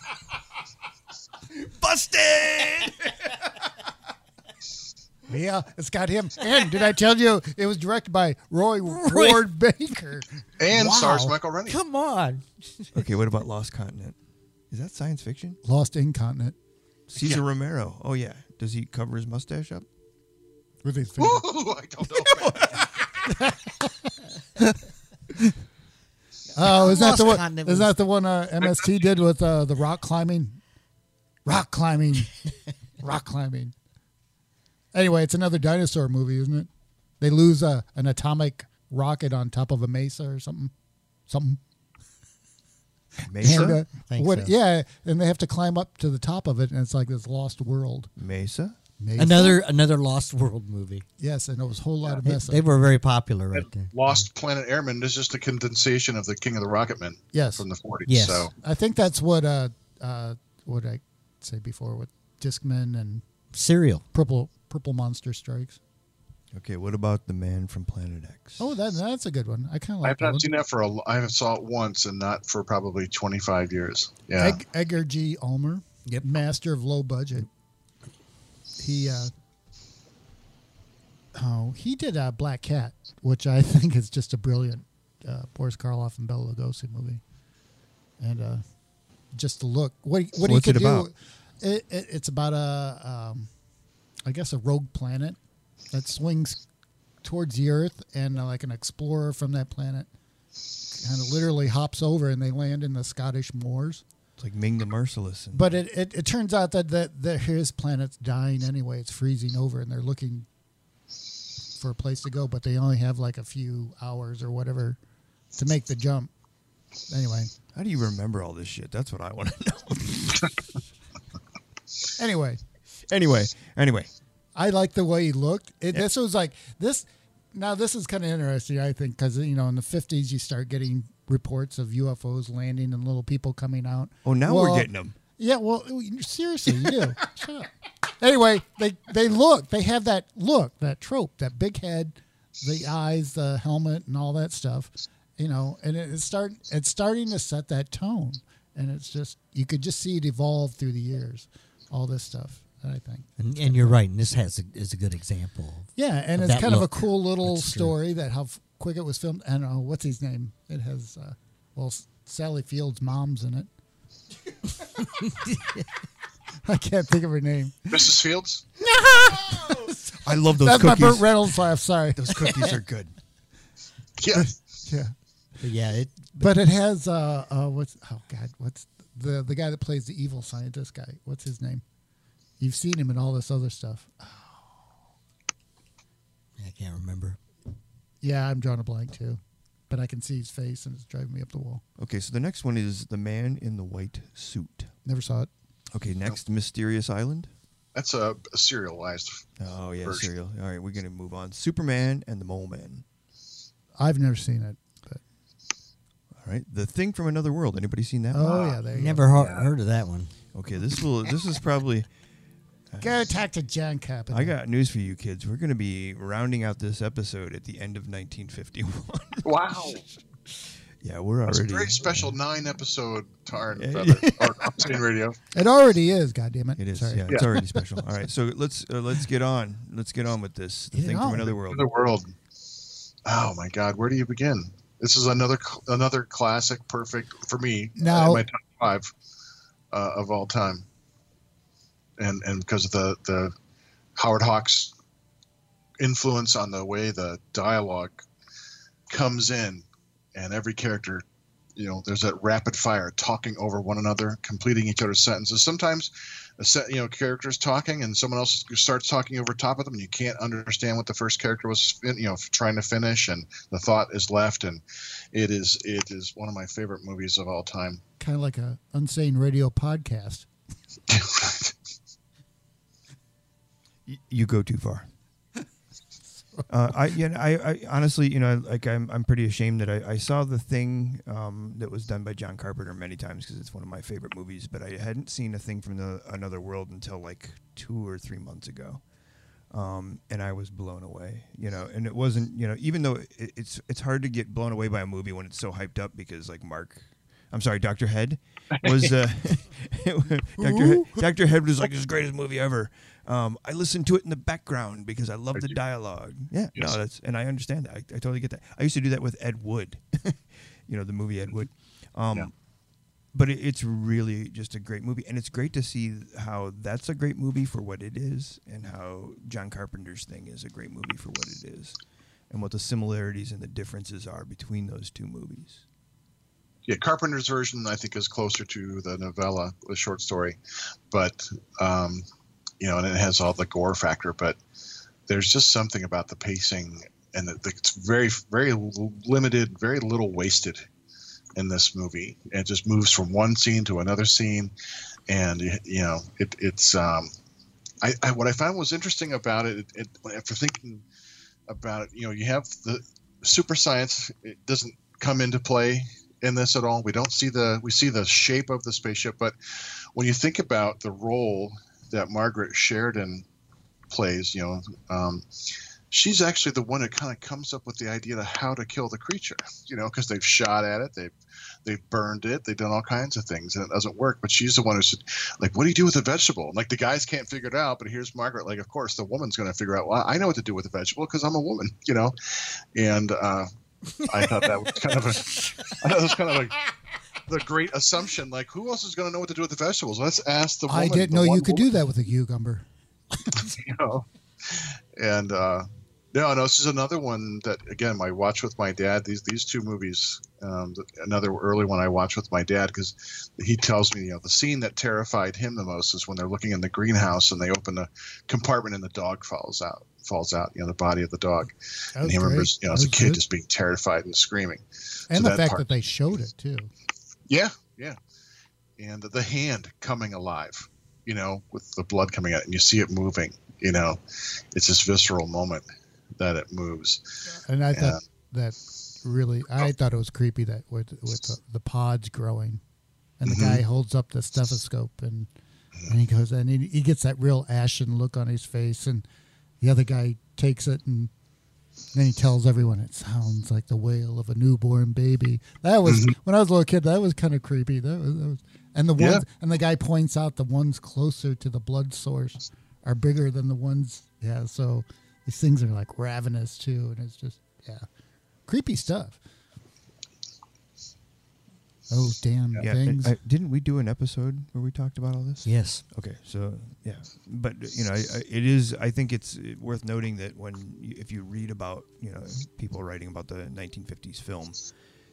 Speaker 2: [LAUGHS]
Speaker 3: Busted.
Speaker 1: Yeah, it's got him. And did I tell you it was directed by Roy,
Speaker 2: [LAUGHS] Roy-
Speaker 1: Ward Baker?
Speaker 4: And stars
Speaker 2: Wow.
Speaker 4: Michael Rennie.
Speaker 2: Come on.
Speaker 3: Okay. What about Lost Continent? Is that science fiction?
Speaker 1: Lost Incontinent
Speaker 3: Cesar Romero. Oh yeah. Does he cover his mustache up?
Speaker 1: with his
Speaker 4: Woo,
Speaker 1: finger.
Speaker 4: I don't know.
Speaker 1: Oh, is that the
Speaker 2: Lost
Speaker 1: one?
Speaker 2: Continent
Speaker 1: Is
Speaker 2: was-
Speaker 1: that the one uh,
Speaker 2: [LAUGHS]
Speaker 1: MST did with uh, the rock climbing? Rock
Speaker 2: [LAUGHS]
Speaker 1: climbing, rock climbing. Anyway, it's another dinosaur movie, isn't it? They lose a, an atomic rocket on top of a mesa or something, something.
Speaker 3: Mesa.
Speaker 1: And, uh,
Speaker 2: Think
Speaker 1: what?
Speaker 2: so.
Speaker 1: Yeah, and they have to climb up to the top of it, and it's like this lost world.
Speaker 3: Mesa.
Speaker 1: Mesa?
Speaker 2: Another another Lost World movie.
Speaker 1: Yes, and it was a whole lot of
Speaker 2: They,
Speaker 1: mess.
Speaker 2: they were very popular right there.
Speaker 4: Lost Planet Airmen is just a condensation of the King of the Rocketmen.
Speaker 1: Yes.
Speaker 4: From the 40s.
Speaker 2: Yes.
Speaker 4: So
Speaker 1: I think that's what uh uh what I say before with Discman and
Speaker 2: Serial.
Speaker 1: Purple Purple Monster Strikes.
Speaker 3: Okay. What about the man from Planet X?
Speaker 1: Oh, that that's a good one. I kind of
Speaker 4: I
Speaker 1: like
Speaker 4: have
Speaker 1: that
Speaker 4: not
Speaker 1: one.
Speaker 4: seen that for a. l- I have saw it once and not for probably 25 years. Yeah.
Speaker 1: Eg- Edgar G. Ulmer,
Speaker 2: Yep.
Speaker 1: master of low budget. He uh oh he did uh, Black Cat, which I [LAUGHS] think is just a brilliant uh, Boris Karloff and Bela Lugosi movie, and uh just the look. What what
Speaker 3: What's
Speaker 1: he could
Speaker 3: it about?
Speaker 1: do? It, it, it's about a um, I guess a rogue planet that swings towards the Earth, and uh, like an explorer from that planet kind of literally hops over, and they land in the Scottish moors.
Speaker 3: It's like Ming the Merciless. And,
Speaker 1: But it, it, it turns out that, that, that his planet's dying anyway. It's freezing over, and they're looking for a place to go, but they only have like a few hours or whatever to make the jump. Anyway,
Speaker 3: how do you remember all this shit? That's what I want to [LAUGHS] know.
Speaker 1: anyway,
Speaker 3: anyway, anyway,
Speaker 1: I like the way he looked. It, This was like this. Now this is kind of interesting, I think, because you know in the fifties you start getting reports of UFOs landing and little people coming out.
Speaker 3: Oh, now we're
Speaker 1: Well,
Speaker 3: getting 'em.
Speaker 1: Yeah, well, seriously, you do. Shut up. Anyway, they they look. They have that look, that trope, that big head, the eyes, the helmet, and all that stuff. You know, and it, it's start it's starting to set that tone, and it's just you could just see it evolve through the years, all this stuff. I think.
Speaker 2: And, and you're right. And this has a, is a good example.
Speaker 1: Yeah, and
Speaker 2: of
Speaker 1: it's
Speaker 2: that
Speaker 1: kind of a
Speaker 2: look.
Speaker 1: cool little
Speaker 2: That's true.
Speaker 1: story that how f- quick it was filmed. I don't know what's his name. It has uh, Well, S- Sally Field's mom's in it. [LAUGHS] I can't think of her name.
Speaker 4: Mrs. Fields? [LAUGHS]
Speaker 3: I love those
Speaker 1: That's
Speaker 3: cookies.
Speaker 1: my Burt Reynolds laugh. Sorry,
Speaker 3: Those cookies are good.
Speaker 4: Yeah,
Speaker 1: yeah.
Speaker 2: But yeah, it.
Speaker 1: But it has uh, uh what's oh god, what's the the guy that plays the evil scientist guy? What's his name? You've seen him in all this other stuff.
Speaker 2: I can't remember.
Speaker 1: Yeah, I'm drawing a blank too, but I can see his face and it's driving me up the wall.
Speaker 3: Okay, so the next one is The Man in the White Suit.
Speaker 1: Never saw it.
Speaker 3: Okay, next Mysterious Island.
Speaker 4: That's a, a serialized.
Speaker 3: Oh yeah,
Speaker 4: version.
Speaker 3: serial. All right, we're gonna move on. Superman and the Mole Man.
Speaker 1: I've never seen it. But
Speaker 3: All right, The Thing from Another World. Anybody seen that?
Speaker 1: Oh,
Speaker 3: one?
Speaker 1: yeah, there you
Speaker 2: Never heard, heard of that one.
Speaker 3: Okay, this will. This is probably.
Speaker 1: go talk to John Carpenter.
Speaker 3: I got news for you, kids. We're gonna be rounding out this episode at the end of [LAUGHS] 1951.
Speaker 4: Wow.
Speaker 3: yeah, we're
Speaker 4: That's a
Speaker 3: already.
Speaker 4: very special nine episode Tarn
Speaker 3: Yeah.
Speaker 4: Feather or Octane Radio.
Speaker 1: It already is. God damn it.
Speaker 3: It is.
Speaker 1: Sorry.
Speaker 3: Yeah, it's already special. All right, so let's uh, let's get on. Let's get on with this. The
Speaker 1: Get it
Speaker 3: Thing
Speaker 1: on.
Speaker 3: from Another World.
Speaker 4: Another world. Oh my God, where do you begin? This is another cl- another classic, perfect for me.
Speaker 1: Now-
Speaker 4: in my top five uh, of all time, and and because of the the Howard Hawks influence on the way the dialogue comes in, and every character, you know, there's that rapid fire talking over one another, completing each other's sentences. Sometimes a set, you know, characters talking and someone else starts talking over top of them and you can't understand what the first character was, fin- you know, trying to finish and the thought is left. And it is, it is one of my favorite movies of all time. [LAUGHS]
Speaker 1: Kind of like a Unsane Radio podcast.
Speaker 3: Y- you go too far. [LAUGHS] Uh, I yeah I, I honestly you know like I'm I'm pretty ashamed that I, I saw the thing um, that was done by John Carpenter many times because it's one of my favorite movies but I hadn't seen a thing from the, another world until like two or three months ago um, and I was blown away you know and it wasn't you know even though it, it's it's hard to get blown away by a movie when it's so hyped up because like Mark I'm sorry Dr Head was uh, [LAUGHS] Dr Head, Dr Head was like his greatest movie ever um, I listened to it in the background because I love the dialogue yeah,
Speaker 4: Yes.
Speaker 3: no, that's and I understand that. I, I totally get that. I used to do that with Ed Wood, [LAUGHS] you know, the movie Ed Wood. Um,
Speaker 4: Yeah.
Speaker 3: But it, it's really just a great movie, and it's great to see how that's a great movie for what it is, and how John Carpenter's thing is a great movie for what it is, and what the similarities and the differences are between those two movies.
Speaker 4: Yeah. Carpenter's version, I think is closer to the novella, the short story, but, um, you know, and it has all the gore factor, but there's just something about the pacing and the, the, it's very, very l- limited, very little wasted in this movie. It just moves from one scene to another scene, and y- you know, it, it's. Um, I, I what I found was interesting about it, it, after thinking about it, you know, you have the super science. It doesn't come into play in this at all. We don't see the we see the shape of the spaceship, but when you think about the role that Margaret Sheridan plays, you know. Um, she's actually the one that kind of comes up with the idea of how to kill the creature, you know, because they've shot at it, they've they've burned it, they've done all kinds of things, and it doesn't work. But she's the one who said, like, what do you do with a vegetable? And, like the guys can't figure it out, but here's Margaret. Like, of course, the woman's going to figure out. Well, I know what to do with a vegetable because I'm a woman, you know. And uh, I thought that was kind of a, [LAUGHS] I thought that was kind of a, the great assumption. Like, who else is going to know what to do with the vegetables? Let's ask the. Woman,
Speaker 1: I didn't
Speaker 4: the
Speaker 1: know you
Speaker 4: one
Speaker 1: could
Speaker 4: woman
Speaker 1: do that with a cucumber.
Speaker 4: [LAUGHS] you know. And uh, no, no, this is another one that again, I watch with my dad. These these two movies, um, th- another early one I watch with my dad because he tells me, you know, the scene that terrified him the most is when they're looking in the greenhouse and they open the compartment and the dog falls out, falls out, you know, the body of the dog.
Speaker 1: That
Speaker 4: and
Speaker 1: was
Speaker 4: he remembers,
Speaker 1: great.
Speaker 4: you know,
Speaker 1: That
Speaker 4: as a
Speaker 1: was
Speaker 4: kid,
Speaker 1: good.
Speaker 4: just being terrified and screaming.
Speaker 1: and
Speaker 4: so
Speaker 1: the
Speaker 4: that
Speaker 1: fact
Speaker 4: part-
Speaker 1: that they showed it too.
Speaker 4: Yeah, yeah. And the hand coming alive, you know, with the blood coming out, and you see it moving. You know, it's this visceral moment that it moves.
Speaker 1: And I
Speaker 4: Yeah.
Speaker 1: thought that really, I thought it was creepy that with with the, the pods growing, and the guy holds up the stethoscope and and he goes and he, he gets that real ashen look on his face, and the other guy takes it and then he tells everyone it sounds like the wail of a newborn baby. That was when I was a little kid. That was kind of creepy. That was, that was and the ones
Speaker 4: Yeah.
Speaker 1: and the guy points out the ones closer to the blood source are bigger than the ones. Yeah, so these things are like ravenous too, and it's just yeah, creepy stuff. Oh, damn
Speaker 3: Yeah,
Speaker 1: things.
Speaker 3: I- didn't we do an episode where we talked about all this?
Speaker 2: Yes.
Speaker 3: Okay. So yeah, but you know, I, I, it is. I think it's worth noting that when you, if you read about you know people writing about the 1950s film,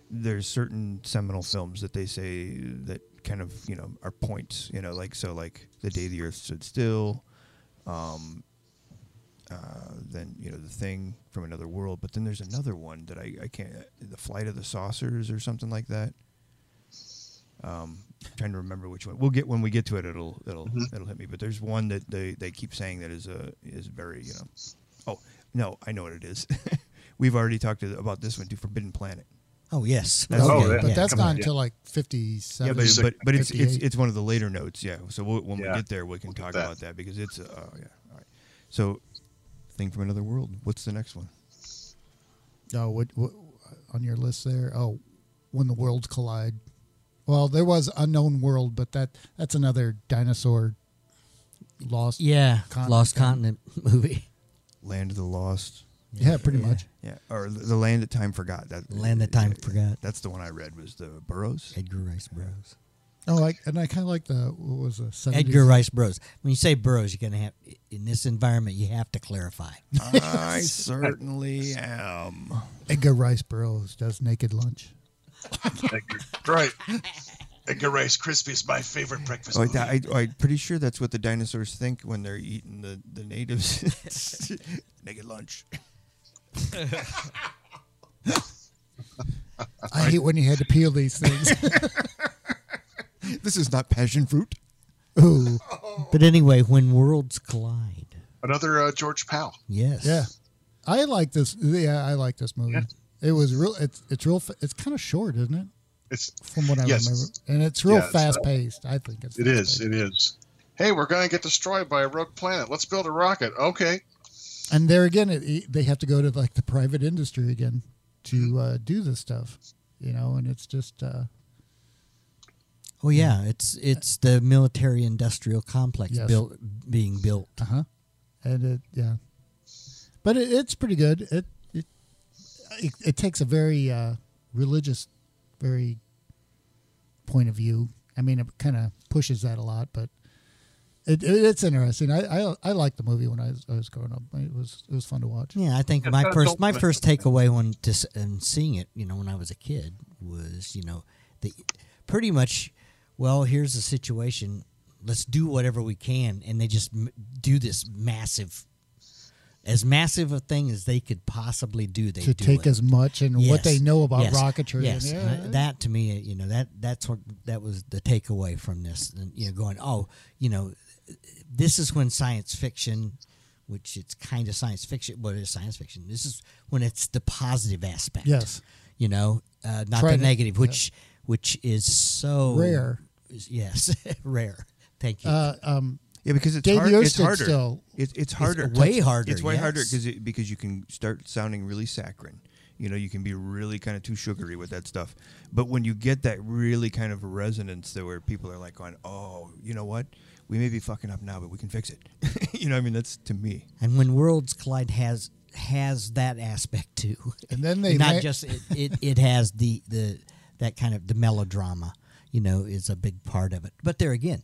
Speaker 3: there's certain seminal films that they say that kind of you know are points. You know, like so, like the day the Earth stood still. Um, uh, then you know the thing from another world, but then there's another one that I, I can't. The flight of the saucers or something like that. Um, trying to remember which one. We'll get when we get to it. It'll it'll
Speaker 1: Mm-hmm.
Speaker 4: Mhm.
Speaker 3: it'll hit me. But there's one that they, they keep saying that is a is very you know. Oh no, I know what it is. [LAUGHS] We've already talked to, about this one too. Forbidden Planet.
Speaker 2: Oh, yes.
Speaker 3: That's-
Speaker 2: Okay,
Speaker 1: but that's not until like
Speaker 3: Yeah,
Speaker 1: 57.
Speaker 3: but, but, but it's, it's
Speaker 1: 58.
Speaker 3: it's one of the later notes. Yeah. So we'll, when
Speaker 1: Yeah.
Speaker 3: we get there, we can
Speaker 1: We'll get
Speaker 3: talk
Speaker 1: that.
Speaker 3: about that because it's uh, oh yeah. All right. So, thing from another world. What's the next one?
Speaker 1: No, Oh, what, what on your list there? Oh, when the worlds collide. Well, there was unknown world, but that that's another dinosaur lost.
Speaker 2: Yeah,
Speaker 1: continent.
Speaker 2: Lost Continent [LAUGHS] movie.
Speaker 3: Land of the Lost.
Speaker 1: Yeah, pretty Yeah. much.
Speaker 3: Yeah, or the- the Land that Time Forgot. That
Speaker 2: Land That Time Forgot.
Speaker 3: That's the one I read. Was the
Speaker 2: [LAUGHS]
Speaker 3: Burroughs?
Speaker 2: Edgar Rice Burroughs.
Speaker 1: Oh, I, and I kind of like the what was the 70s?
Speaker 2: Edgar Rice Burroughs. When you say Burroughs, you're gonna have in this environment, you have to clarify.
Speaker 3: I certainly am.
Speaker 1: Edgar Rice Burroughs does Naked Lunch.
Speaker 4: [LAUGHS] right. Edgar Rice Krispies, my favorite breakfast.
Speaker 3: Oh,
Speaker 4: movie.
Speaker 3: I, I, am pretty sure that's what the dinosaurs think when they're eating the, the natives. [LAUGHS] Naked lunch.
Speaker 1: I hate when you had to peel these
Speaker 4: [LAUGHS]
Speaker 1: things.
Speaker 3: this is not passion fruit.
Speaker 1: Ooh.
Speaker 2: But anyway, when worlds collide.
Speaker 4: Another uh, George Powell.
Speaker 2: Yes.
Speaker 1: Yeah, I like this. Yeah, I like this movie.
Speaker 4: Yeah.
Speaker 1: It was real. It's it's real. fa- It's kind of short, isn't it?
Speaker 4: It's
Speaker 1: from what I
Speaker 4: yes.
Speaker 1: remember, and it's real
Speaker 4: Yeah, it's not-
Speaker 1: fast paced. I think it's
Speaker 4: It is. It is. Hey, we're going to get destroyed by a rogue planet. Let's build a rocket. Okay.
Speaker 1: And there again, it, they have to go to like the private industry again
Speaker 2: Mm-hmm.
Speaker 1: to uh, do this stuff, you know. And it's just uh,
Speaker 2: Oh yeah, it's it's the military industrial complex
Speaker 1: Yes.
Speaker 2: built being built.
Speaker 1: uh huh, and it yeah, but it, it's pretty good. It it it, it takes a very uh, religious, very point of view. I mean, it kind of pushes that a lot, but it, it it's interesting. I I, I liked the movie when I was, I was growing up. It was it was fun to watch.
Speaker 2: Yeah, I think my first my first takeaway when to s- and seeing it, you know, when I was a kid was, you know, the pretty much, well, here's the situation. Let's do whatever we can, and they just m- do this massive, as massive a thing as they could possibly do. They
Speaker 1: To
Speaker 2: do
Speaker 1: take
Speaker 2: it.
Speaker 1: as much and what they know about rocketry and-
Speaker 2: Yes, And
Speaker 1: yeah.
Speaker 2: I- that to me, you know, that that's what that was the takeaway from this. And, you know, going, oh, you know, this is when science fiction, which it's kind of science fiction, but it's science fiction. This is when it's the positive aspect.
Speaker 1: Yes.
Speaker 2: you know, uh, not
Speaker 1: Try
Speaker 2: the
Speaker 1: to-
Speaker 2: negative,
Speaker 1: yeah.
Speaker 2: which which is so
Speaker 1: Rare.
Speaker 2: is- Yes, [LAUGHS] rare. Thank you.
Speaker 1: Uh, um,
Speaker 3: Yeah, because it's,
Speaker 1: Dave
Speaker 3: hard,
Speaker 1: Yost
Speaker 3: it's
Speaker 1: did
Speaker 3: harder.
Speaker 1: Still,
Speaker 3: It, it's harder.
Speaker 2: way
Speaker 3: Touch-
Speaker 2: harder,
Speaker 3: It's way harder
Speaker 2: yes.
Speaker 3: because because you can start sounding really saccharine. You know, you can be really kind of too sugary with that stuff. But when you get that really kind of resonance there where people are like going, "Oh, you know what? We may be fucking up now, but we can fix it." [LAUGHS] you know, what I mean, that's to me.
Speaker 2: and when Worlds Collide has has that aspect too, [LAUGHS]
Speaker 1: And then they
Speaker 2: not
Speaker 1: ma-
Speaker 2: just it, it, it has the the that kind of the melodrama, you know, is a big part of it. But there again,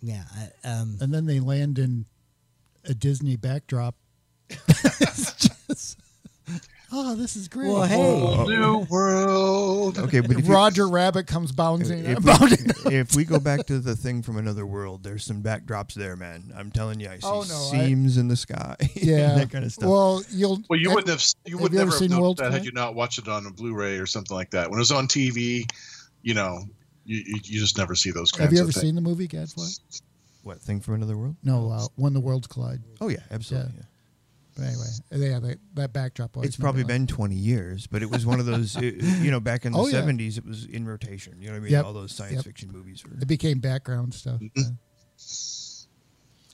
Speaker 2: yeah, I, um,
Speaker 1: and then they land in a Disney backdrop. [LAUGHS] it's just, oh, this is great.
Speaker 2: Well, hey. Whole
Speaker 4: new world.
Speaker 3: Okay, but if you-
Speaker 1: Roger Rabbit comes bouncing. [LAUGHS]
Speaker 3: If [LAUGHS]
Speaker 1: bouncing.
Speaker 3: we, if we go back to the thing from another world, there's some backdrops there, man. I'm telling you, I see
Speaker 1: Oh, no, I-
Speaker 3: seams in the sky, [LAUGHS]
Speaker 1: yeah,
Speaker 3: that kind of stuff.
Speaker 1: Well, you'll.
Speaker 4: Well, you wouldn't have. You would
Speaker 1: you
Speaker 4: never
Speaker 1: ever
Speaker 4: have
Speaker 1: seen
Speaker 4: known
Speaker 1: World's
Speaker 4: that had
Speaker 1: Collide?
Speaker 4: you not watched it on a Blu-ray or something like that. When it was on TV, you know, you, you, you just never see those kinds.
Speaker 1: Have you ever
Speaker 4: of things.
Speaker 1: seen the movie Gadfly?
Speaker 3: what thing from another world?
Speaker 1: No, uh, when the worlds collide.
Speaker 3: Oh yeah, absolutely. yeah.
Speaker 1: But anyway, yeah, that, that backdrop. always
Speaker 3: It's
Speaker 1: made me
Speaker 3: probably
Speaker 1: laugh.
Speaker 3: been 20 years, but it was one of those, it- you know, back in the
Speaker 1: Oh, yeah.
Speaker 3: 70s, it was in rotation. You know what I mean?
Speaker 1: Yep,
Speaker 3: All those science
Speaker 1: yep.
Speaker 3: fiction movies were.
Speaker 1: It became background stuff. yeah.
Speaker 3: Mm-hmm.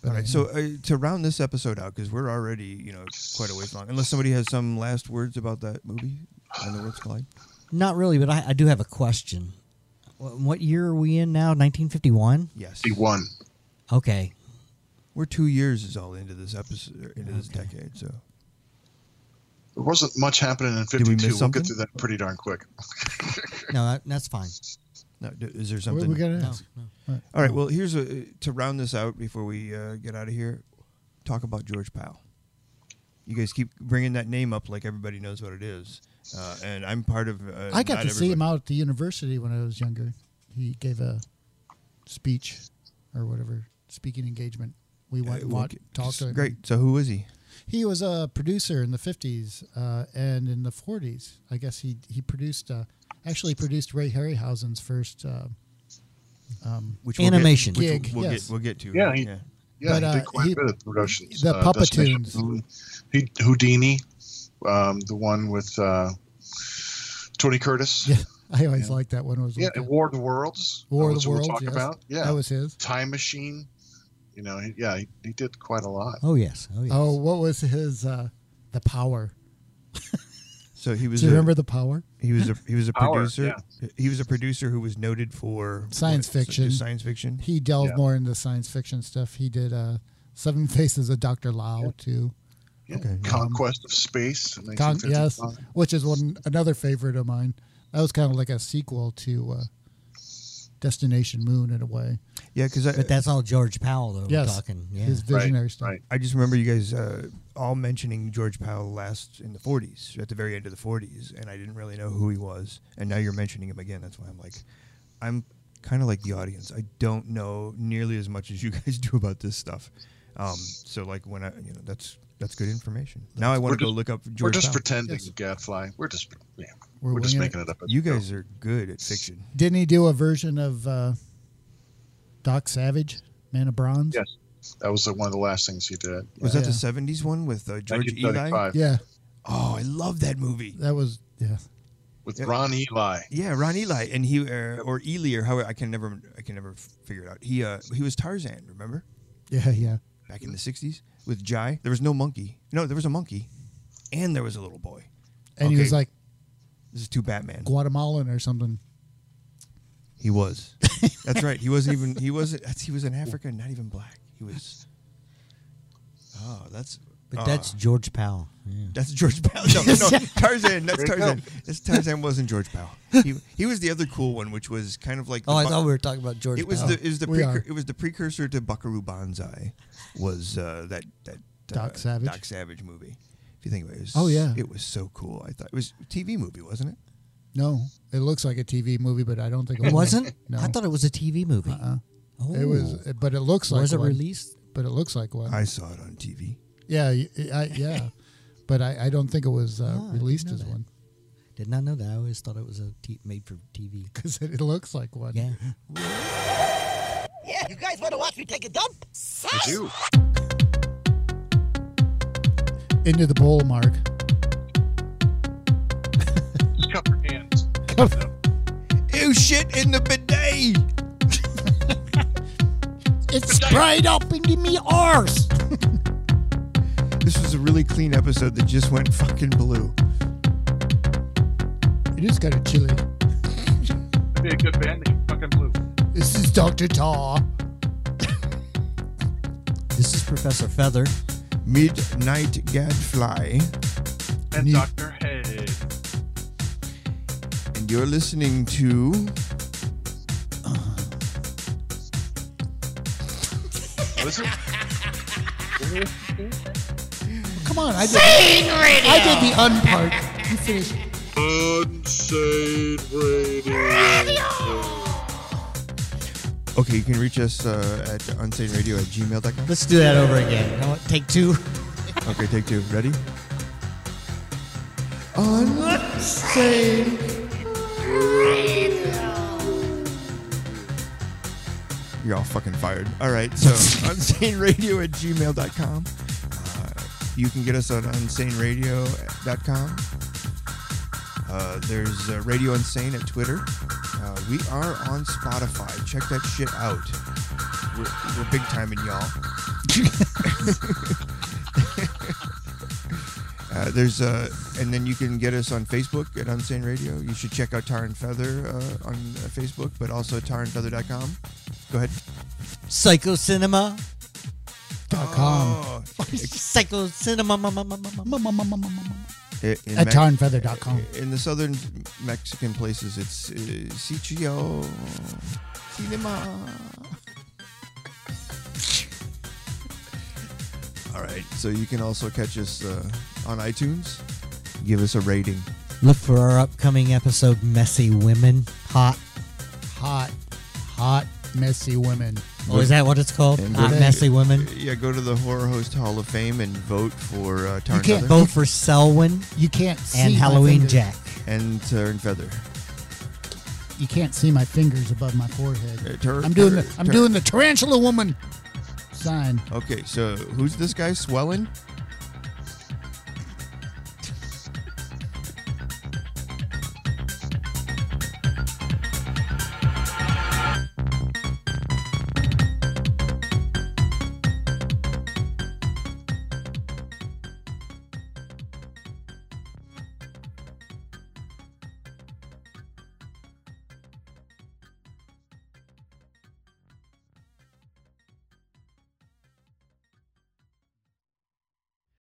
Speaker 3: All right, so uh, to round this episode out, because we're already, you know, quite a ways long, unless somebody has some last words about that movie, When the Worlds Collide.
Speaker 2: not really, but I, I do have a question. What, what year are we in now? 1951.
Speaker 3: Yes.
Speaker 4: He won.
Speaker 2: Okay,
Speaker 3: We're two years is all into this episode, or into this decade, so.
Speaker 4: There wasn't much happening in
Speaker 3: we
Speaker 4: '52.
Speaker 3: miss
Speaker 4: We'll get
Speaker 3: something?
Speaker 4: through that pretty darn quick.
Speaker 2: no, that, that's fine.
Speaker 3: No, d- is there
Speaker 1: What Uh, we
Speaker 3: something
Speaker 1: gotta No, ask? no. Right.
Speaker 3: All right. Well, here's a to round this out before we uh, get out of here. Talk about George Powell. You guys keep bringing that name up like everybody knows what it is, uh, and I'm part of. Uh,
Speaker 1: I got
Speaker 3: not
Speaker 1: to see
Speaker 3: everybody-
Speaker 1: him out at the university when I was younger. He gave a speech or whatever speaking engagement. We went and
Speaker 3: well,
Speaker 1: watched,
Speaker 3: g-
Speaker 1: talked to him.
Speaker 3: Uh, Great. So who is he?
Speaker 1: He was a producer in the 50s uh, and in the 40s. I guess he he produced uh, actually produced Ray Harryhausen's first uh, [LAUGHS] um,
Speaker 3: Which we'll get-
Speaker 2: animation
Speaker 3: which
Speaker 1: gig.
Speaker 3: we'll,
Speaker 1: yes.
Speaker 3: get, we'll get to.
Speaker 4: Yeah, he,
Speaker 3: yeah.
Speaker 4: yeah.
Speaker 1: But,
Speaker 4: he
Speaker 1: uh,
Speaker 4: did quite
Speaker 1: he-
Speaker 4: a bit of productions. uh,
Speaker 1: the
Speaker 4: Destination
Speaker 1: Puppetoons.
Speaker 4: Hood- He Houdini, um, the one with uh, Tony Curtis.
Speaker 1: Yeah, I always liked that one. Was
Speaker 4: Yeah,
Speaker 1: like
Speaker 4: and
Speaker 1: that.
Speaker 4: War of the Worlds.
Speaker 1: War of
Speaker 4: which
Speaker 1: the
Speaker 4: we'll
Speaker 1: Worlds,
Speaker 4: talk
Speaker 1: yes.
Speaker 4: about. Yeah,
Speaker 1: That was his.
Speaker 4: Time Machine. You know, he, yeah, he, he did quite a lot.
Speaker 2: Oh yes. Oh yes.
Speaker 1: Oh, what was his? Uh, the Power.
Speaker 3: So he was.
Speaker 1: Do you
Speaker 3: a-
Speaker 1: remember The Power? [LAUGHS]
Speaker 3: He was a he was a
Speaker 4: Power,
Speaker 3: producer. He was a producer who was noted for
Speaker 1: Science
Speaker 3: what, so just
Speaker 1: fiction.
Speaker 3: Science fiction.
Speaker 1: He delved
Speaker 4: Yeah.
Speaker 1: more into science fiction stuff. He did uh, Seven Faces of Dr. Lao, too.
Speaker 4: Yeah.
Speaker 3: Okay.
Speaker 4: Conquest of Space. in
Speaker 1: Con- yes,
Speaker 4: 1955.
Speaker 1: which is one another favorite of mine. That was kind of like a sequel to uh, Destination Moon in a way.
Speaker 3: Yeah, because I,
Speaker 2: But that's all George Powell though.
Speaker 1: Yes.
Speaker 2: We're talking. Yeah.
Speaker 1: His visionary
Speaker 4: Right,
Speaker 1: stuff.
Speaker 4: right.
Speaker 3: I just remember you guys uh, all mentioning George Powell last in the 40s, at the very end of the 40s, and I didn't really know who he was. And now you're mentioning him again. That's why I'm like, I'm kind of like the audience. I don't know nearly as much as you [LAUGHS] guys do about this stuff. Um, so like when I, you know, that's that's good information. Now I
Speaker 4: We're
Speaker 3: want to go
Speaker 4: just-
Speaker 3: look up George.
Speaker 4: We're just
Speaker 3: Powell.
Speaker 4: pretending,
Speaker 1: Yes.
Speaker 4: Gadfly. We're just yeah,
Speaker 1: We're
Speaker 4: we're, just
Speaker 1: winging it.
Speaker 4: making it, up.
Speaker 3: You guys are good at fiction.
Speaker 1: Didn't he do a version of uh, Doc Savage, Man of Bronze?
Speaker 4: Yes. That was the, one of the last things he did.
Speaker 3: Was
Speaker 1: Yeah.
Speaker 3: that the 70s one with uh, George Eli?
Speaker 4: 1935
Speaker 1: Yeah,
Speaker 3: Oh, I love that movie.
Speaker 1: that was yeah.
Speaker 4: with
Speaker 3: Yeah.
Speaker 4: Ron Eli.
Speaker 3: Yeah, Ron Eli, and he uh, or Ely or how I can never I can never figure it out. He uh, he was Tarzan, remember
Speaker 1: Yeah, yeah.
Speaker 3: back in the '60s with Jai. There was no monkey. No, there was a monkey, and there was a little boy.
Speaker 1: And he was
Speaker 3: Okay.
Speaker 1: like
Speaker 3: This is two Batman.
Speaker 1: Guatemalan or something.
Speaker 3: He
Speaker 2: [LAUGHS]
Speaker 3: was. That's right. He wasn't even. He wasn't. That's, he was in Africa, not even black. He was. Oh, that's.
Speaker 2: But
Speaker 3: ah,
Speaker 2: that's George Powell. Yeah.
Speaker 3: that's George Powell. No,
Speaker 2: [LAUGHS]
Speaker 3: no, [LAUGHS] Tarzan. That's Tarzan. That's Tarzan wasn't George Powell. He, he was the other cool one, which was kind of like.
Speaker 2: Oh, I
Speaker 3: bu-
Speaker 2: thought we were talking about George.
Speaker 3: It was
Speaker 2: Powell.
Speaker 3: the it was the
Speaker 1: We are.
Speaker 3: precur- it was the precursor to Buckaroo Banzai, was uh, that that uh,
Speaker 1: Doc Savage?
Speaker 3: Doc Savage movie. If you think about it, it was,
Speaker 1: Oh, yeah.
Speaker 3: it was so cool. I thought it was a TV movie, wasn't it?
Speaker 1: No, it looks like a TV movie, but I don't think it,
Speaker 2: It
Speaker 1: was.
Speaker 2: wasn't.
Speaker 1: [LAUGHS] No,
Speaker 2: I thought it was a TV movie.
Speaker 1: Uh-uh.
Speaker 2: Oh.
Speaker 1: it was, but it looks like
Speaker 2: Was it
Speaker 1: one.
Speaker 2: released?
Speaker 1: But it looks like one.
Speaker 3: I saw it on TV.
Speaker 1: yeah, y- I, yeah,
Speaker 2: [LAUGHS]
Speaker 1: but I, I don't think it was uh,
Speaker 2: Ah, I didn't
Speaker 1: released
Speaker 2: know
Speaker 1: as
Speaker 2: that.
Speaker 1: one
Speaker 2: Did not know that. I always thought it was a t- made for TV.
Speaker 1: because it, it looks like one.
Speaker 2: Yeah.
Speaker 11: Yeah, you guys want to watch me take a dump?
Speaker 4: I do.
Speaker 1: Into the bowl, Mark.
Speaker 4: Just cup your hands.
Speaker 3: Ew, shit in the bidet.
Speaker 1: It's sprayed up into me arse.
Speaker 3: This was a really clean episode that just went fucking blue.
Speaker 1: It is kind of chilly.
Speaker 4: Be a good band name, fucking blue.
Speaker 1: This is Doctor Tar.
Speaker 2: This is Professor Feather.
Speaker 3: Midnight Gadfly,
Speaker 4: And
Speaker 1: Neat.
Speaker 4: Doctor Head.
Speaker 3: and you're listening to.
Speaker 4: What is it?
Speaker 1: Come on, I did. I did the unpart. You finished.
Speaker 4: Unshade Radio.
Speaker 3: Okay, you can reach us uh, at unsaneradio at gmail.com.
Speaker 2: Let's do that over again. You know what? Take two.
Speaker 3: Okay, take two. Ready? Unsane. You're all fucking fired. All right, so unsaneradio at gmail.com. Uh, you can get us on unsaneradio.com. Uh, there's uh, Radio Unsane at Twitter. Uh, we are on Spotify. Check that shit out. We're, we're big time in y'all. Uh, there's uh, and then you can get us on Facebook at Unsane Radio. You should check out Tar and Feather uh, on uh, Facebook, but also tarandfeather.com. Go ahead.
Speaker 2: Psychocinema.
Speaker 1: Dot com.
Speaker 3: Oh,
Speaker 2: Psychocinema. ma- ma- ma- ma- ma- ma-
Speaker 3: I- in
Speaker 1: At
Speaker 3: Mex-
Speaker 1: tarnfeather.com.
Speaker 3: In the southern Mexican places, it's uh, CGO. Cinema. All right. So you can also catch us uh, on iTunes. Give us a rating.
Speaker 2: Look for our upcoming episode, Messy Women. Hot.
Speaker 1: Hot, hot, messy women.
Speaker 2: Oh, is that what it's called?
Speaker 3: And go
Speaker 2: Hot,
Speaker 3: to-
Speaker 2: Messy Women?
Speaker 3: Yeah, go to the Horror Host Hall of Fame and vote for uh, Tarn
Speaker 2: You can't
Speaker 3: Feather.
Speaker 2: vote for Selwyn.
Speaker 1: You can't
Speaker 2: And
Speaker 1: see my
Speaker 2: Halloween
Speaker 1: fingers.
Speaker 2: Jack.
Speaker 3: and Tarn Feather.
Speaker 1: You can't see my fingers above my forehead.
Speaker 3: Uh, tur-
Speaker 1: I'm doing
Speaker 3: tur-
Speaker 1: the I'm
Speaker 3: tur-
Speaker 1: doing the tarantula woman sign.
Speaker 3: Okay, so who's this guy? Swellin?